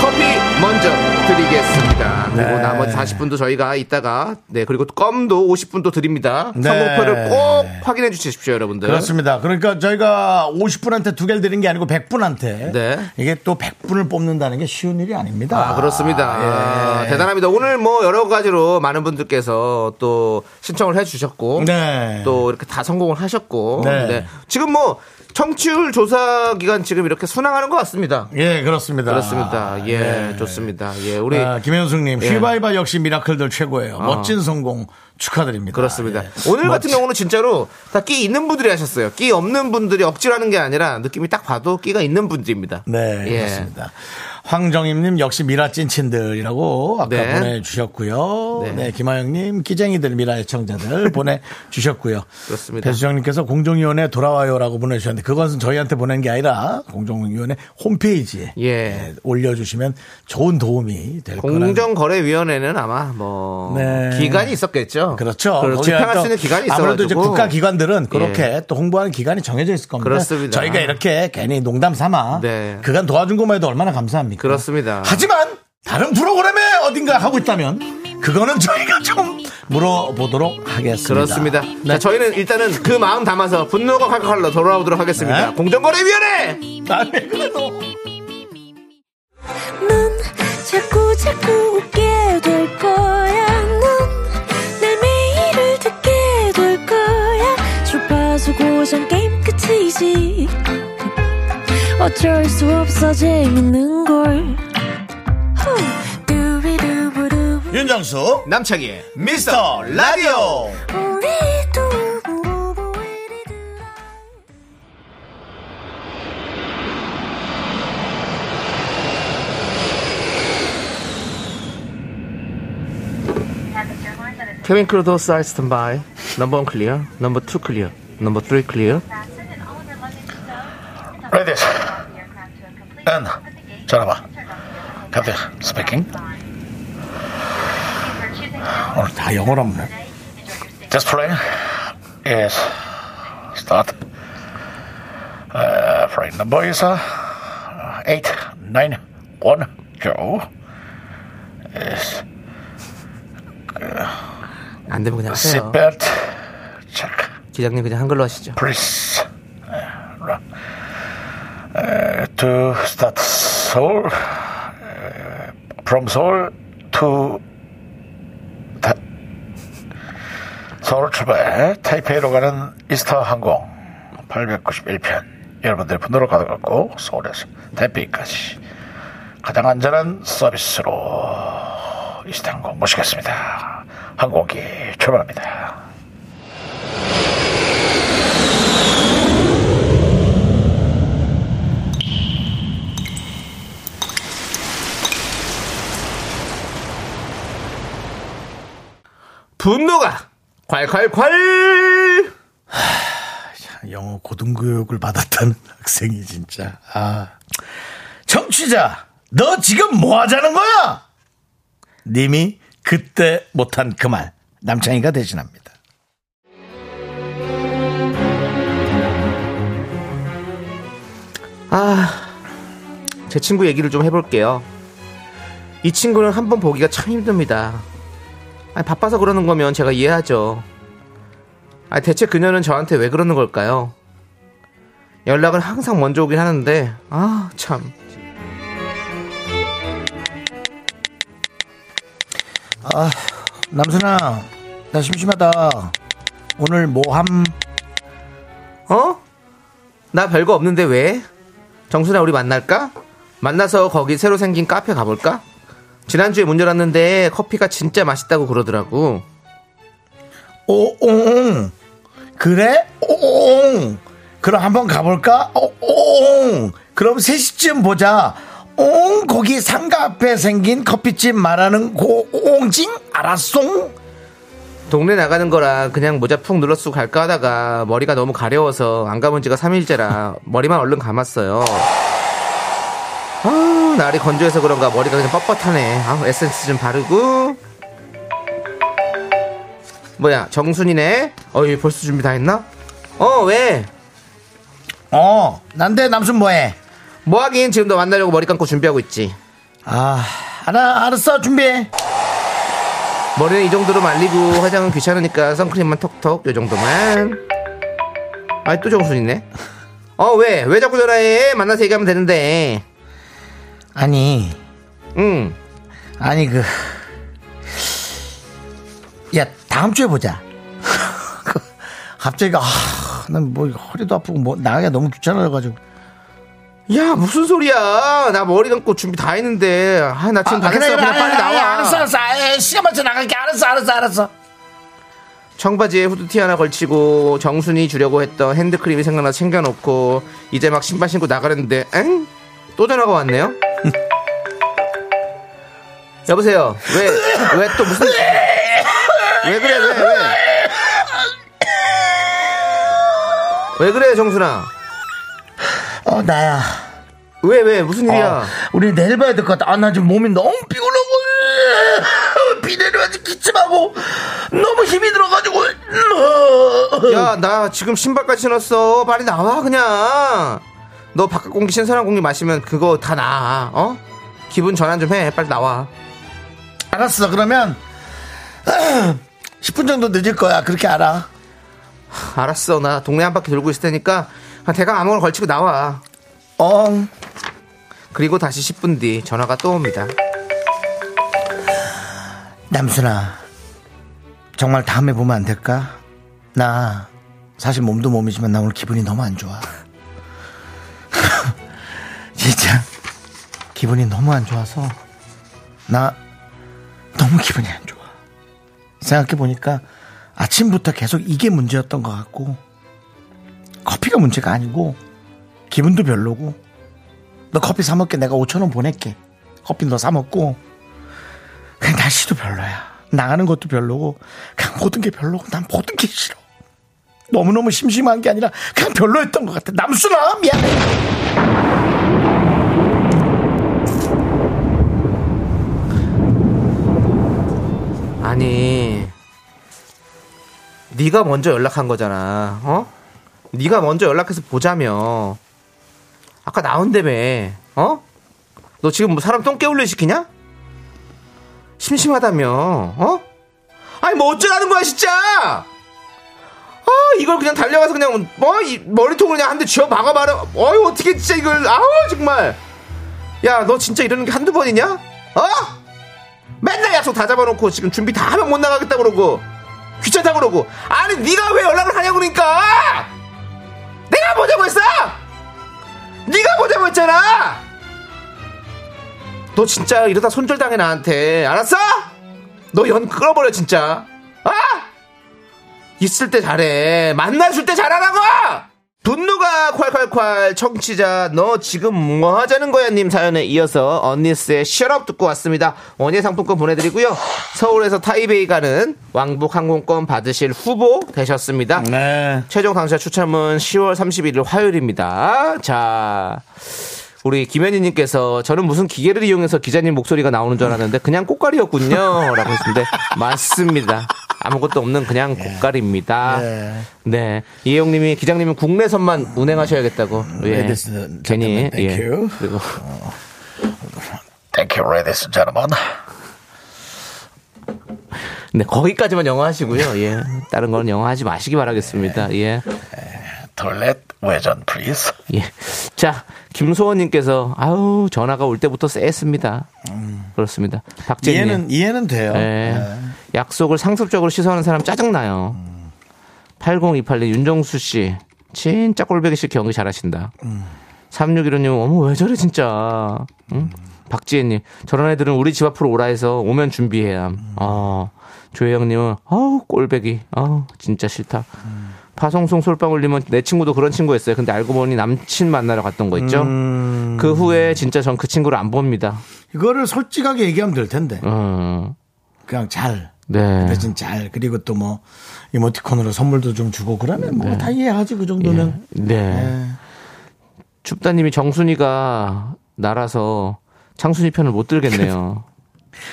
Speaker 2: 커피 먼저 드리겠습니다. 그리고
Speaker 1: 네.
Speaker 2: 나머지 40분도 저희가 이따가 네 그리고 껌도 50분도 드립니다.
Speaker 1: 네.
Speaker 2: 성공표를 꼭 확인해 주십시오, 여러분들.
Speaker 1: 그렇습니다. 그러니까 저희가 50분한테 두 개를 드린 게 아니고 100분한테
Speaker 2: 네.
Speaker 1: 이게 또 100분을 뽑는다는 게 쉬운 일이 아닙니다.
Speaker 2: 아, 그렇습니다. 아,
Speaker 1: 예.
Speaker 2: 대단합니다. 오늘 뭐 여러 가지로 많은 분들께서 또 신청을 해 주셨고
Speaker 1: 네.
Speaker 2: 또 이렇게 다 성공을 하셨고
Speaker 1: 네.
Speaker 2: 네. 지금 뭐 청취율 조사 기간 지금 이렇게 순항하는 것 같습니다.
Speaker 1: 예, 그렇습니다.
Speaker 2: 그렇습니다. 예,
Speaker 1: 네.
Speaker 2: 좋습니다. 예, 우리
Speaker 1: 아, 김현숙님
Speaker 2: 예. 어.
Speaker 1: 휘바이바 역시 미라클들 최고예요. 멋진 성공 축하드립니다.
Speaker 2: 그렇습니다.
Speaker 1: 예.
Speaker 2: 오늘
Speaker 1: 멋지-
Speaker 2: 같은 경우는 진짜로 다 끼 있는 분들이 하셨어요. 끼 없는 분들이 억지로 하는 게 아니라 느낌이 딱 봐도 끼가 있는 분들입니다.
Speaker 1: 네,
Speaker 2: 예.
Speaker 1: 그렇습니다. 황정임님 역시 미라 찐친들이라고 아까
Speaker 2: 네.
Speaker 1: 보내주셨고요.
Speaker 2: 네.
Speaker 1: 네, 김하영님 끼쟁이들 미라 애청자들 보내주셨고요.
Speaker 2: 그렇습니다.
Speaker 1: 배수정님께서 공정위원회 돌아와요라고 보내주셨는데 그것은 저희한테 보낸 게 아니라 공정위원회 홈페이지에
Speaker 2: 예.
Speaker 1: 예, 올려주시면 좋은 도움이 될 거라는
Speaker 2: 공정거래위원회는 아마 뭐
Speaker 1: 네.
Speaker 2: 기간이 있었겠죠.
Speaker 1: 그렇죠.
Speaker 2: 그리고
Speaker 1: 거기가
Speaker 2: 집행할
Speaker 1: 또
Speaker 2: 수 있는 기간이 있어가지고 예.
Speaker 1: 아무래도 이제 국가 기관들은 그렇게 또 홍보하는 기간이 정해져 있을 겁니다.
Speaker 2: 그렇습니다.
Speaker 1: 저희가 이렇게 괜히 농담 삼아
Speaker 2: 네.
Speaker 1: 그간 도와준 것만 해도 얼마나 감사합니까.
Speaker 2: 그렇습니다.
Speaker 1: 아. 음. 하지만 다른 프로그램에 어딘가 하고 있다면 그거는 저희가 좀 물어보도록 하겠습니다.
Speaker 2: 그렇습니다.
Speaker 1: 네.
Speaker 2: 자, 저희는 일단은 그 마음 담아서 분노가 칼칼로 돌아오도록 하겠습니다.
Speaker 1: 네.
Speaker 2: 공정거래위원회
Speaker 1: 아, 네, 그래도.
Speaker 8: 넌 자꾸 자꾸 웃게 될 거야. 넌내 매일을 듣게 될 거야. 주파수 고정 게임 끝이지. 어쩔 수 없어 재밌는 걸. 후. 두비두부두부.
Speaker 1: 윤정수
Speaker 2: 남창희
Speaker 1: 미스터 라디오
Speaker 8: 우리 두부부부 우리 두부부.
Speaker 2: 케빈 크루도 사이스턴 바이 넘버 1 클리어 넘버 2 클리어 넘버 3 클리어
Speaker 1: 레디스 앤 전화봐 카페 스피킹 오늘 아, 다 영어로 하면
Speaker 9: This plane is start. Uh, plane number is uh, eight nine one zero. Is
Speaker 2: 안 되면 그냥 하세요.
Speaker 9: seatbelt check,
Speaker 2: 기장님 그냥 한글로 하시죠.
Speaker 9: please. Uh, uh, to start Seoul, uh, from Seoul to 다- 서울 출발 타이페이로 가는 이스타 항공 891편 여러분들 분노를 가져갔고 서울에서 타이페이까지 가장 안전한 서비스로 이스타 항공 모시겠습니다 항공기 출발합니다
Speaker 2: 분노가 콸콸콸
Speaker 1: 영어 고등교육을 받았다는 학생이 진짜 아 정취자 너 지금 뭐 하자는 거야 님이 그때 못한 그 말 남창희가 대신합니다
Speaker 2: 제 친구 얘기를 좀 해볼게요. 이 친구는 한 번 보기가 참 힘듭니다. 아니, 바빠서 그러는 거면 제가 이해하죠. 아 대체 그녀는 저한테 왜 그러는 걸까요? 연락은 항상 먼저 오긴 하는데, 아, 참.
Speaker 1: 남순아 나 심심하다 오늘 뭐 모함
Speaker 2: 어? 나 별거 없는데 왜? 정순아, 우리 만날까? 만나서 거기 새로 생긴 카페 가볼까? 지난주에 문 열었는데 커피가 진짜 맛있다고 그러더라고.
Speaker 1: 오옹 그래 오옹 그럼 한번 가볼까? 어, 옹! 그럼 3시쯤 보자. 옹! 거기 상가 앞에 생긴 커피집 말하는 고, 옹징? 알았송?
Speaker 2: 동네 나가는 거라 그냥 모자 푹 눌러 쓰고 갈까 하다가 머리가 너무 가려워서 안 가본 지가 3일째라 머리만 얼른 감았어요. 아, 날이 건조해서 그런가 머리가 그냥 뻣뻣하네. 아, 에센스 좀 바르고. 뭐야, 정순이네? 어이, 벌써 준비 다 했나? 어, 왜?
Speaker 1: 어, 난데 남순 뭐해?
Speaker 2: 뭐 하긴 지금 너 만나려고 머리 감고 준비하고 있지.
Speaker 1: 아, 알아, 알았어, 준비해.
Speaker 2: 머리는 이 정도로 말리고 화장은 귀찮으니까 선크림만 톡톡 요 정도만 아이 또 정순이네 어 왜 왜 자꾸 전화해 만나서 얘기하면 되는데
Speaker 1: 아니,
Speaker 2: 응
Speaker 1: 아니, 그. 야, 다음 주에 보자. 그, 갑자기, 아, 난뭐 허리도 아프고 뭐 나가기가 너무 귀찮아가지고.
Speaker 2: 야 무슨 소리야 나 머리 감고 준비 다 했는데 아 나 지금 가겠어 그냥 빨리 나와
Speaker 1: 알았어, 알았어. 아, 시간 맞춰 나갈게. 알았어, 알았어, 알았어.
Speaker 2: 청바지에 후드티 하나 걸치고 정순이 주려고 했던 핸드크림이 생각나 서 챙겨놓고 이제 막 신발 신고 나가려는데 엥? 또 전화가 왔네요 여보세요 왜 왜 또 무슨 왜 그래 왜 왜 왜 그래 정순아
Speaker 1: 어, 나야.
Speaker 2: 왜 왜 무슨 일이야
Speaker 1: 어, 우리 내일 봐야 될 것 같아. 아, 나 지금 몸이 너무 피곤하고, 비 내려가지고 기침하고, 너무 힘이 들어가지고,
Speaker 2: 야 나 지금 신발까지 신었어 빨리 나와 그냥 너 바깥 공기 신선한 공기 마시면 그거 다 나아 어? 기분 전환 좀 해 빨리 나와
Speaker 1: 알았어, 그러면, 아, 10분 정도 늦을 거야. 그렇게 알아.
Speaker 2: 알았어 나 동네 한 바퀴 돌고 있을 테니까 한 대강 아무거나 걸치고 나와
Speaker 1: 엉.
Speaker 2: 그리고 다시 10분 뒤 전화가 또 옵니다
Speaker 1: 남순아, 정말 다음에 보면 안 될까? 나 사실 몸도 몸이지만 나 오늘 기분이 너무 안 좋아. 진짜 기분이 너무 안 좋아서 나 너무 기분이 안 좋아. 생각해 보니까 아침부터 계속 이게 문제였던 것 같고 커피가 문제가 아니고 기분도 별로고 너 커피 사 먹게 내가 5천 원 보낼게. 커피 너 사 먹고 그냥 날씨도 별로야. 나가는 것도 별로고, 그냥 모든 게 별로고, 난 모든 게 싫어. 너무너무 심심한 게 아니라, 그냥 별로였던 것 같아. 남순아, 미안해.
Speaker 2: 아니 네가 먼저 연락한 거잖아 어? 네가 먼저 연락해서 보자며 아까 나온다며 어? 너 지금 뭐 사람 똥 깨울려 시키냐? 심심하다며 어? 아니 뭐 어쩌라는 거야 진짜 아 이걸 그냥 달려가서 그냥 어? 이 머리통을 그냥 한 대 쥐어 박아봐라 어이 어떻게 진짜 이걸 아우 정말 야 너 진짜 이러는 게 한두 번이냐? 어? 맨날 약속 다 잡아놓고 지금 준비 다 하면 못 나가겠다 그러고 귀찮다 그러고 아니 네가 왜 연락을 하냐고 그러니까 내가 보자고 했어 네가 보자고 했잖아 너 진짜 이러다 손절당해 나한테 알았어? 너 연 끌어버려 진짜 아 있을 때 잘해 만나줄 때 잘하라고 분노가 콸콸콸 청취자 너 지금 뭐 하자는 거야 님 사연에 이어서 언니스의 셔럽 듣고 왔습니다 원예 상품권 보내드리고요 서울에서 타이베이 가는 왕복 항공권 받으실 후보 되셨습니다
Speaker 1: 네.
Speaker 2: 최종 당사 추첨은 10월 31일 화요일입니다. 자, 우리 김현희님께서 저는 무슨 기계를 이용해서 기자님 목소리가 나오는 줄 알았는데 그냥 꽃가리였군요. 라고 했는데 맞습니다. 아무것도 없는 그냥
Speaker 1: 예.
Speaker 2: 꽃가리입니다.
Speaker 1: 네.
Speaker 2: 네. 이혜영님이 기장님은 국내선만 운행하셔야겠다고. 예.
Speaker 1: Ladies and gentlemen,
Speaker 2: 괜히. 예.
Speaker 1: 네, thank you.
Speaker 2: 그리고
Speaker 9: Thank you, ladies and gentlemen.
Speaker 2: 네, 거기까지만 영어 하시고요. 예. 다른 거는 영어 하지 마시기 바라겠습니다. 예.
Speaker 9: 톨렛 외전, please.
Speaker 2: 예. 자, 김소원님께서 아우 전화가 올 때부터 쎄했습니다. 그렇습니다. 박재님.
Speaker 1: 이해는, 이해는 돼요.
Speaker 2: 예. 약속을 상습적으로 시사하는 사람 짜증나요. 8028님 윤정수 씨 진짜 꼴배기 싫게 연기 잘하신다. 3615님 어머 왜 저래 진짜. 응? 박지혜님 저런 애들은 우리 집 앞으로 오라 해서 오면 아, 준비해야 함. 어. 조혜영님은 어우 꼴배기 어우 진짜 싫다. 파송송 솔방 울리면 내 친구도 그런 친구였어요. 근데 알고 보니 남친 만나러 갔던 거 있죠. 그 후에 진짜 전 그 친구를 안 봅니다.
Speaker 1: 이거를 솔직하게 얘기하면 될 텐데.
Speaker 2: 음,
Speaker 1: 그냥 잘.
Speaker 2: 네.
Speaker 1: 대신 잘. 그리고 또 뭐, 이모티콘으로 선물도 좀 주고 그러면 뭐 다 이해하지, 그 정도는.
Speaker 2: 네. 춥다님이 정순이가 날아서 창순이 편을 못 들겠네요.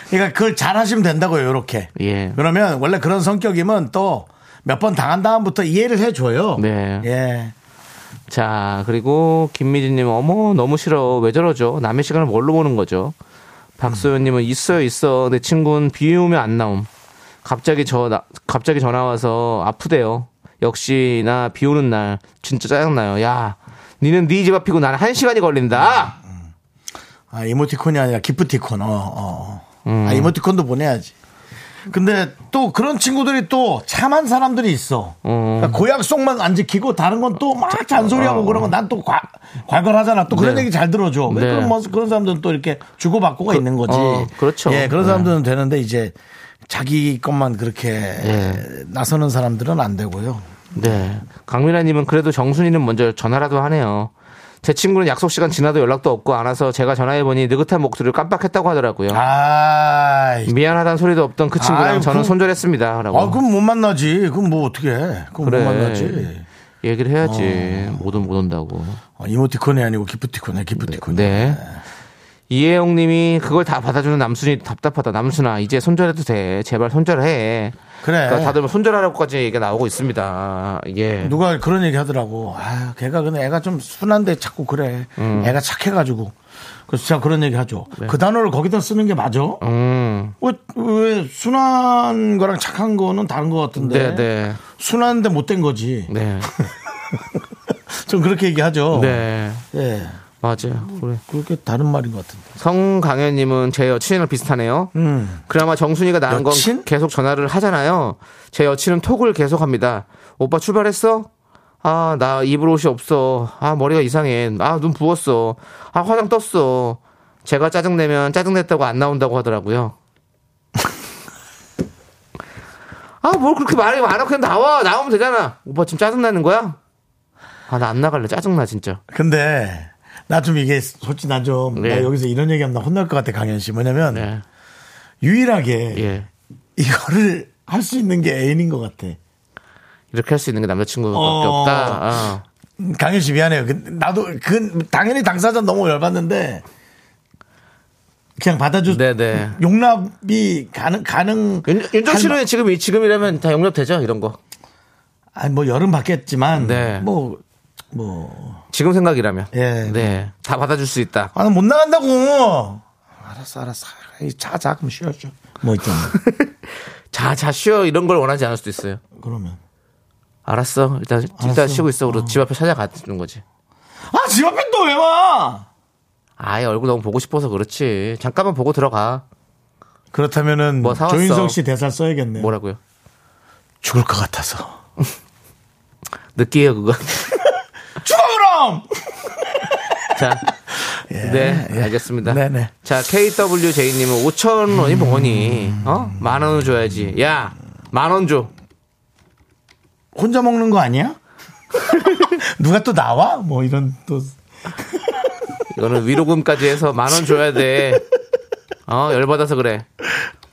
Speaker 1: 그러니까 그걸 잘 하시면 된다고요, 요렇게.
Speaker 2: 예.
Speaker 1: 그러면 원래 그런 성격이면 또 몇 번 당한 다음부터 이해를 해줘요.
Speaker 2: 네.
Speaker 1: 예.
Speaker 2: 자, 그리고 김미진님, 어머, 너무 싫어. 왜 저러죠? 남의 시간을 뭘로 보는 거죠? 박소연님은 있어요, 있어. 내 친구는 비 오면 안 나옴. 갑자기 저, 나, 갑자기 전화와서 아프대요. 역시, 나 비 오는 날, 진짜 짜증나요. 야, 니는 네 집 앞이고 나는 한 시간이 걸린다!
Speaker 1: 아, 이모티콘이 아니라 기프티콘. 어, 어, 어.
Speaker 2: 음.
Speaker 1: 아, 이모티콘도 보내야지. 근데 또 그런 친구들이 또 참한 사람들이 있어.
Speaker 2: 음.
Speaker 1: 그러니까 고약 속만 안 지키고 다른 건 또 막 잔소리하고 그런 건 난 또 괄괄하잖아. 또 그런
Speaker 2: 어. 네.
Speaker 1: 얘기 잘 들어줘. 왜
Speaker 2: 네.
Speaker 1: 그런, 뭐- 그런 사람들은 또 이렇게 주고받고가 있는 거지.
Speaker 2: 어, 그렇죠.
Speaker 1: 예, 그런
Speaker 2: 네.
Speaker 1: 사람들은 되는데 이제 자기 것만 그렇게
Speaker 2: 예.
Speaker 1: 나서는 사람들은 안 되고요.
Speaker 2: 네. 강민아님은 그래도 정순이는 먼저 전화라도 하네요. 제 친구는 약속 시간 지나도 연락도 없고 안 와서 제가 전화해보니 느긋한 목소리를 깜빡했다고 하더라고요.
Speaker 1: 아,
Speaker 2: 미안하다는 소리도 없던 그 친구랑
Speaker 1: 아유,
Speaker 2: 저는
Speaker 1: 그-
Speaker 2: 손절했습니다. 라고.
Speaker 1: 아, 그럼 못 만나지. 그럼 뭐 어떻게 해. 그럼
Speaker 2: 뭐. 그래.
Speaker 1: 못 만나지.
Speaker 2: 얘기를 해야지. 못, 온- 못 온다고.
Speaker 1: 어, 이모티콘이 아니고 기프티콘이야, 기프티콘.
Speaker 2: 네. 이혜영 님이 그걸 다 받아주는 남순이 답답하다. 남순아, 이제 손절해도 돼. 제발 손절해.
Speaker 1: 그래.
Speaker 2: 그러니까 다들 손절하라고까지 얘기가 나오고 있습니다. 예.
Speaker 1: 누가 그런 얘기 하더라고. 아, 걔가 근데 애가 좀 순한데 자꾸 그래.
Speaker 2: 음.
Speaker 1: 애가 착해가지고. 그래서 제가 그런 얘기 하죠.
Speaker 2: 네.
Speaker 1: 그 단어를 거기다 쓰는 게 맞아?
Speaker 2: 음.
Speaker 1: 왜, 왜 순한 거랑 착한 거는 다른 것 같은데.
Speaker 2: 네, 네.
Speaker 1: 순한데 못된 거지.
Speaker 2: 네.
Speaker 1: 좀 그렇게 얘기하죠.
Speaker 2: 네.
Speaker 1: 예.
Speaker 2: 맞아요. 그래.
Speaker 1: 그렇게 다른 말인 것 같은데. 음.
Speaker 2: 성강현님은 제 여친이랑 비슷하네요. 그나마 정순이가 나은 건
Speaker 1: 여친?
Speaker 2: 계속 전화를 하잖아요. 제 여친은 톡을 계속합니다. 오빠 출발했어? 아 나 입을 옷이 없어. 아 머리가 이상해. 아 눈 부었어. 아 화장 떴어. 제가 짜증 내면 짜증 냈다고 안 나온다고 하더라고요. 아 뭘 그렇게 말이 많아 그냥 나와 나오면 되잖아. 오빠 지금 짜증 나는 거야? 아 나 안 나갈래 짜증 나 진짜.
Speaker 1: 근데 나 좀 이게 솔직히 나 좀, 나
Speaker 2: 네.
Speaker 1: 여기서 이런 얘기하면 나 혼날 것 같아, 강현 씨. 뭐냐면,
Speaker 2: 네.
Speaker 1: 유일하게
Speaker 2: 예.
Speaker 1: 이거를 할 수 있는 게 애인인 것 같아.
Speaker 2: 이렇게 할 수 있는 게 남자친구밖에
Speaker 1: 어.
Speaker 2: 없다. 아.
Speaker 1: 강현 씨 미안해요. 그, 나도 그 당연히 당사자 는 너무 열받는데 그냥 받아줘.
Speaker 2: 네네.
Speaker 1: 용납이 가능 가능.
Speaker 2: 그 윤, 윤정 씨는
Speaker 1: 할 마-
Speaker 2: 지금 이 지금이라면 다 용납되죠 이런 거.
Speaker 1: 아니 뭐 열은 받겠지만
Speaker 2: 네.
Speaker 1: 뭐 뭐.
Speaker 2: 지금 생각이라면.
Speaker 1: 예.
Speaker 2: 네. 다 받아줄 수 있다.
Speaker 1: 아, 나못 나간다고. 알았어, 알았어. 이 자자 그럼 쉬어 쉬어. 뭐 있잖아.
Speaker 2: 자, 자 쉬어 이런 걸 원하지 않을 수도 있어요.
Speaker 1: 그러면.
Speaker 2: 알았어. 일단 일단 쉬고 있어. 그리고 집 앞에 찾아가는 거지.
Speaker 1: 아, 집 앞에 또 왜 와?
Speaker 2: 아예 얼굴 너무 보고 싶어서 그렇지. 잠깐만 보고 들어가.
Speaker 1: 그렇다면은
Speaker 2: 뭐 사왔어?
Speaker 1: 조인성 씨 대사 써야겠네요.
Speaker 2: 뭐라고요?
Speaker 1: 죽을 것 같아서.
Speaker 2: 느끼해요 그거.
Speaker 1: 죽어 그럼.
Speaker 2: 자. 네, 알겠습니다.
Speaker 1: 네네.
Speaker 2: 자, KWJ님은 5천 원이 뭐니? 어? 만 원을 줘야지. 야, 만 원 줘.
Speaker 1: 혼자 먹는 거 아니야? 누가 또 나와? 뭐 이런 또
Speaker 2: 이거는 위로금까지 해서 만 원 줘야 돼. 어, 열받아서 그래.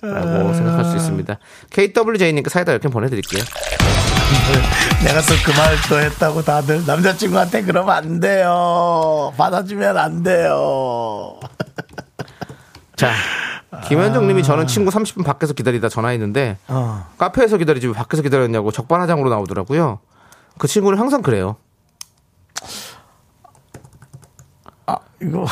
Speaker 1: 아.
Speaker 2: 라고 생각할 수 있습니다. KWJ님께 사이다 이렇게 보내드릴게요.
Speaker 1: 내가 또 그 말 또 했다고 다들 남자친구한테 그러면 안 돼요. 받아주면 안 돼요.
Speaker 2: 자, 김현정님이 저는 친구 30분 밖에서 기다리다 전화했는데
Speaker 1: 아. 어.
Speaker 2: 카페에서 기다리지 왜 밖에서 기다렸냐고 적반하장으로 나오더라고요. 그 친구는 항상 그래요.
Speaker 1: 아, 이거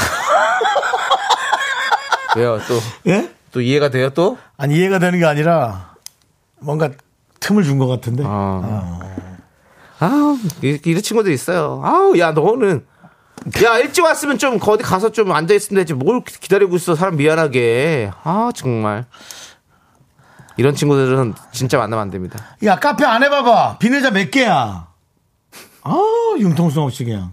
Speaker 2: 왜요? 또,
Speaker 1: 예?
Speaker 2: 또 이해가 돼요? 또?
Speaker 1: 아니 이해가 되는 게 아니라 뭔가 틈을 준 것 같은데.
Speaker 2: 어. 아우, 이- 이런 친구들 있어요. 아우, 야, 너는. 야, 일찍 왔으면 좀, 어디 가서 좀 앉아있으면 되지. 뭘 기다리고 있어. 사람 미안하게. 아, 정말. 이런 친구들은 진짜 만나면 안 됩니다.
Speaker 1: 야 카페 안 해봐봐. 비내자 몇 개야. 아 융통성 없이 그냥.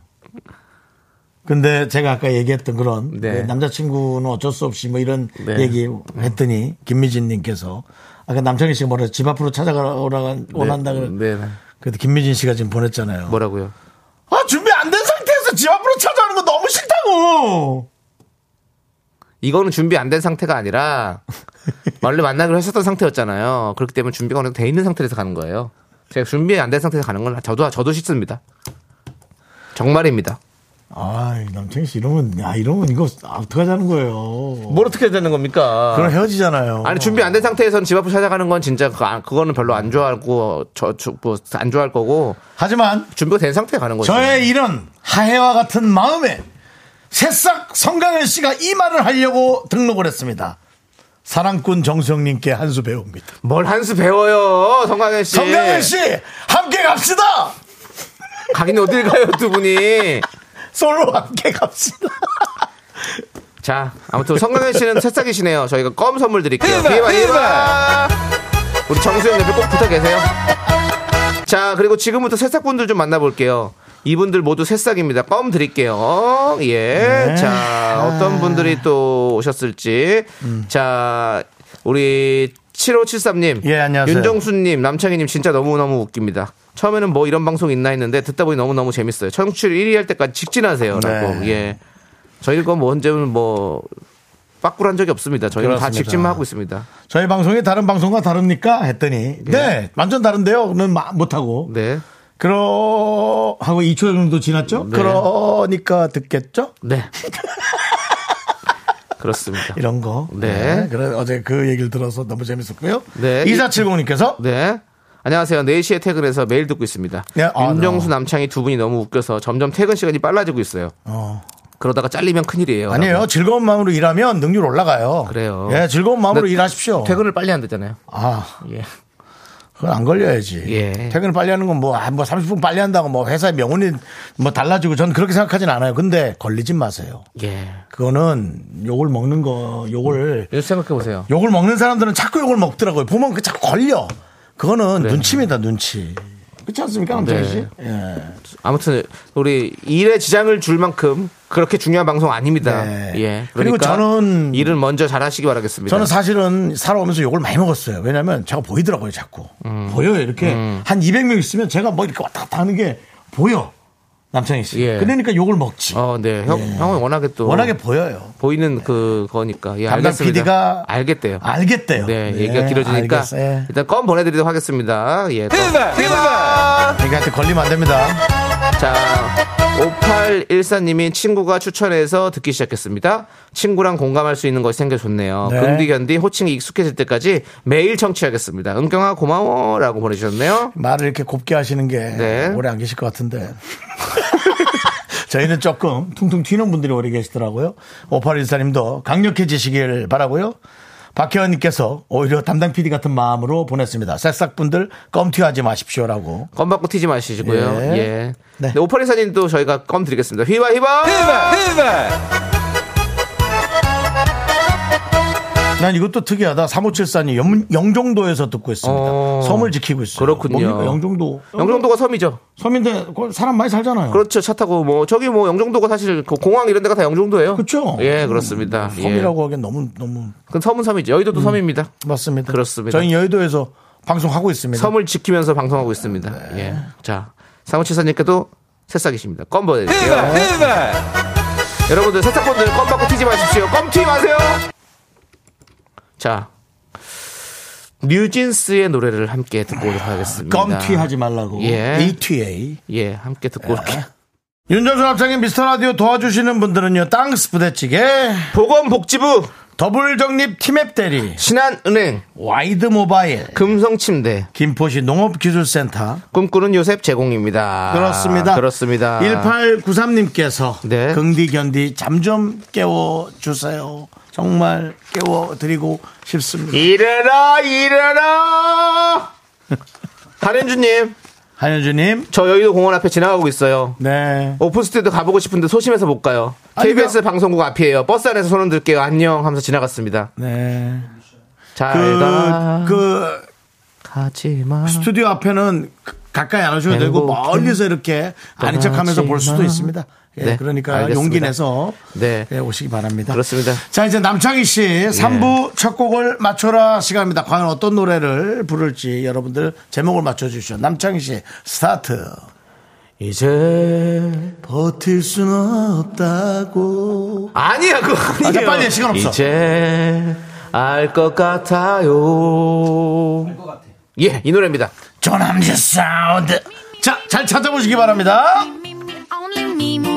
Speaker 1: 근데 제가 아까 얘기했던 그런
Speaker 2: 네.
Speaker 1: 그 남자친구는 어쩔 수 없이 뭐 이런
Speaker 2: 네.
Speaker 1: 얘기 했더니 김미진님께서 아까 남창희 씨가 뭐라 집 앞으로 찾아가라 오라- 오란다 고
Speaker 2: 네. 네.
Speaker 1: 그래도 김미진 씨가 지금 보냈잖아요.
Speaker 2: 뭐라고요?
Speaker 1: 아, 준비 안 된 상태에서 집 앞으로 찾아오는 거 너무 싫다고!
Speaker 2: 이거는 준비 안 된 상태가 아니라 원래 만나기로 했었던 상태였잖아요. 그렇기 때문에 준비가 어느 정도 돼 있는 상태에서 가는 거예요. 제가 준비 안 된 상태에서 가는 건 저도 저도 싫습니다. 정말입니다.
Speaker 1: 아, 남창희 씨 이러면, 야, 이러면 이거 어떡하자는 거예요.
Speaker 2: 뭘 어떻게 해야 되는 겁니까?
Speaker 1: 그럼 헤어지잖아요.
Speaker 2: 아니 준비 안 된 상태에서는 집 앞으로 찾아가는 건 진짜 그거 안- 그거는 별로 안 좋아하고 저뭐안 좋아할 거고
Speaker 1: 하지만
Speaker 2: 준비가 된 상태에 가는 거죠.
Speaker 1: 저의 이런 하해와 같은 마음에 새싹 성강현 씨가 이 말을 하려고 등록을 했습니다. 사랑꾼 정수영님께 한 수 배웁니다.
Speaker 2: 뭘 한 수 배워요, 성강현 씨.
Speaker 1: 성강현 씨, 함께 갑시다!
Speaker 2: 가긴 어딜 가요, 두 분이.
Speaker 1: 솔로 함께 갑시다.
Speaker 2: 자, 아무튼 성강현 씨는 새싹이시네요. 저희가 껌 선물 드릴게요. 비바 비바. 우리 정수영 대표 꼭 붙어 계세요. 자, 그리고 지금부터 새싹분들 좀 만나볼게요. 이분들 모두 새싹입니다. 껌 드릴게요. 예.
Speaker 1: 네.
Speaker 2: 자, 어떤 분들이 또 오셨을지.
Speaker 1: 음.
Speaker 2: 자, 우리 7573님.
Speaker 1: 예, 안녕하세요.
Speaker 2: 윤정수님, 남창희님 진짜 너무너무 웃깁니다. 처음에는 뭐 이런 방송 있나 했는데 듣다 보니 너무너무 재밌어요. 청취율 1위 할 때까지 직진하세요. 라고.
Speaker 1: 네.
Speaker 2: 예. 저희 건뭐 언제는 뭐 빠꾸한 적이 없습니다. 저희는 다
Speaker 1: 그렇습니다.
Speaker 2: 직진만 하고 있습니다.
Speaker 1: 저희 방송이 다른 방송과 다릅니까? 했더니, 네, 완전 다른데요?는 못하고.
Speaker 2: 예. 네.
Speaker 1: 그러, 하고 2초 정도 지났죠?
Speaker 2: 네.
Speaker 1: 그러니까 듣겠죠?
Speaker 2: 네. 그렇습니다.
Speaker 1: 이런 거.
Speaker 2: 네.
Speaker 1: 그래, 어제 그 얘기를 들어서 너무 재밌었고요.
Speaker 2: 네.
Speaker 1: 2470님께서
Speaker 2: 네. 안녕하세요. 4시에 퇴근해서 매일 듣고 있습니다.
Speaker 1: 네, 아,
Speaker 2: 윤정수 남창희 두 분이 너무 웃겨서 점점 퇴근 시간이 빨라지고 있어요. 그러다가 잘리면 큰일이에요.
Speaker 1: 아니에요. 즐거운 마음으로 일하면 능률 올라가요.
Speaker 2: 그래요.
Speaker 1: 예, 즐거운 마음으로
Speaker 2: 근데
Speaker 1: 일하십시오.
Speaker 2: 라고. 퇴근을 빨리 한다잖아요.
Speaker 1: 아,
Speaker 2: 예.
Speaker 1: 그건 안 걸려야지.
Speaker 2: 예.
Speaker 1: 퇴근을 빨리 하는 건 뭐, 아, 뭐 30분 빨리 한다고 뭐 회사의 명운이 뭐 달라지고 저는 그렇게 생각하진 않아요. 근데 걸리진 마세요.
Speaker 2: 예.
Speaker 1: 그거는 욕을 먹는 거, 욕을,
Speaker 2: 요즘 생각해 보세요.
Speaker 1: 욕을 먹는 사람들은 자꾸 욕을 먹더라고요. 보면 그 자꾸 걸려. 그거는 눈치입니다, 눈치. 그렇지 않습니까,
Speaker 2: 네.
Speaker 1: 남창희 씨? 예.
Speaker 2: 아무튼 우리 일에 지장을 줄 만큼 그렇게 중요한 방송 아닙니다.
Speaker 1: 네.
Speaker 2: 예.
Speaker 1: 그리고
Speaker 2: 그러니까
Speaker 1: 저는-
Speaker 2: 일은 먼저 잘하시기 바라겠습니다.
Speaker 1: 저는 사실은 살아오면서 욕을 많이 먹었어요. 왜냐면 제가 보이더라고요, 자꾸.
Speaker 2: 음.
Speaker 1: 보여요, 이렇게. 한 200명 있으면 제가 뭐 이렇게 왔다 갔다 하는 게 보여. 남창희 씨.
Speaker 2: 예.
Speaker 1: 그러니까 욕을 먹지.
Speaker 2: 어, 네. 형, 형은 워낙에 또
Speaker 1: 예. 워낙에 보여요.
Speaker 2: 보이는 그 거니까. 예,
Speaker 1: 담당
Speaker 2: 알겠습니다.
Speaker 1: PD가
Speaker 2: 알겠대요.
Speaker 1: 알겠대요.
Speaker 2: 네, 얘기가 길어지니까
Speaker 1: 알겠어요. 예.
Speaker 2: 일단 껌 보내드리도록 하겠습니다. 예. 또.
Speaker 1: 얘기한테 걸리면 안 됩니다.
Speaker 2: 자, 5814님이 친구가 추천해서 듣기 시작했습니다. 친구랑 공감할 수 있는 것이 생겨 좋네요.
Speaker 1: 네.
Speaker 2: 근디 견디 호칭이 익숙해질 때까지 매일 청취하겠습니다. 은경아 고마워라고 보내주셨네요.
Speaker 1: 말을 이렇게 곱게 하시는 게
Speaker 2: 네.
Speaker 1: 오래 안 계실 것 같은데. 저희는 조금 퉁퉁 튀는 분들이 오래 계시더라고요. 5814님도 강력해지시길 바라고요. 박혜원님께서 오히려 담당 PD 같은 마음으로 보냈습니다. 새싹분들 껌튀하지 마십시오라고.
Speaker 2: 껌 받고 튀지 마시고요.
Speaker 1: 예.
Speaker 2: 예.
Speaker 1: 네.
Speaker 2: 네. 오퍼리사님도 저희가 껌 드리겠습니다. 휘바 휘바. 휘바.
Speaker 1: 난 이것도 특이하다. 3574님 영, 영종도에서 듣고 있습니다.
Speaker 2: 어.
Speaker 1: 섬을 지키고 있어요.
Speaker 2: 그렇군요.
Speaker 1: 뭡니까? 영종도.
Speaker 2: 영종도가 섬이죠.
Speaker 1: 섬인데 거기 사람 많이 살잖아요.
Speaker 2: 그렇죠. 차 타고 뭐 저기 뭐 영종도가 사실 그 공항 이런 데가 다 영종도예요.
Speaker 1: 그렇죠.
Speaker 2: 예, 그렇습니다.
Speaker 1: 음,
Speaker 2: 예.
Speaker 1: 섬이라고 음. 하기엔 너무 너무
Speaker 2: 그건 섬은 섬이죠. 여의도도 섬입니다.
Speaker 1: 맞습니다.
Speaker 2: 그렇습니다.
Speaker 1: 저희 여의도에서 방송하고 있습니다.
Speaker 2: 섬을 지키면서 방송하고 있습니다.
Speaker 1: 네.
Speaker 2: 예. 자, 사무치사님께도 새싹이십니다. 껌 보내드릴게요. 여러분들 새싹분들 껌 받고 튀지 마십시오. 껌 튀지 마세요. 자, 뉴진스의 노래를 함께 듣고 오도록 하겠습니다.
Speaker 1: 음, 껌튀하지 네. 말라고.
Speaker 2: 예.
Speaker 1: ATA.
Speaker 2: 예, 함께 듣고 올게요.
Speaker 1: 윤정수 합창의 미스터 라디오 도와주시는 분들은요. 땅스 부대찌개,
Speaker 2: 보건복지부,
Speaker 1: 더블 정립 티맵 대리,
Speaker 2: 신한은행,
Speaker 1: 와이드 모바일,
Speaker 2: 금성침대,
Speaker 1: 김포시 농업기술센터.
Speaker 2: 꿈꾸는 요셉 제공입니다.
Speaker 1: 아, 그렇습니다.
Speaker 2: 그렇습니다.
Speaker 1: 1893님께서
Speaker 2: 네.
Speaker 1: 긍디 견디 잠 좀 깨워 주세요. 정말 깨워 드리고 싶습니다.
Speaker 2: 일어나, 일어나! 한현주님,
Speaker 1: 한현주 님.
Speaker 2: 저 여의도 공원 앞에 지나가고 있어요.
Speaker 1: 네.
Speaker 2: 오픈 스튜디오 가보고 싶은데 소심해서 못 가요.
Speaker 1: 아니, 그러니까
Speaker 2: KBS 방송국 앞이에요. 버스 안에서 손 흔들게요. 안녕 하면서 지나갔습니다.
Speaker 1: 네. 그,
Speaker 2: 잘가
Speaker 1: 그
Speaker 2: 가지마.
Speaker 1: 스튜디오 앞에는 가까이 안 오셔도 되고
Speaker 2: 행복해.
Speaker 1: 멀리서 이렇게 아닌 척하면서 볼 수도 있습니다. 예,
Speaker 2: 네,
Speaker 1: 그러니까
Speaker 2: 알겠습니다.
Speaker 1: 용기 내서
Speaker 2: 네.
Speaker 1: 예, 오시기 바랍니다.
Speaker 2: 그렇습니다. 예.
Speaker 1: 자, 이제 남창희 씨 3부 첫 곡을 맞춰라 시간입니다. 과연 어떤 노래를 부를지 여러분들 제목을 맞춰주시죠. 남창희 씨, 스타트.
Speaker 2: 이제
Speaker 1: 버틸 순 없다고.
Speaker 2: 아니야 그거 아니에요.
Speaker 1: 아, 자, 빨리 해. 시간 없어.
Speaker 2: 이제 알 것 같아요. 예, 이 노래입니다.
Speaker 1: 조남지 사운드. 자, 잘 찾아보시기 바랍니다.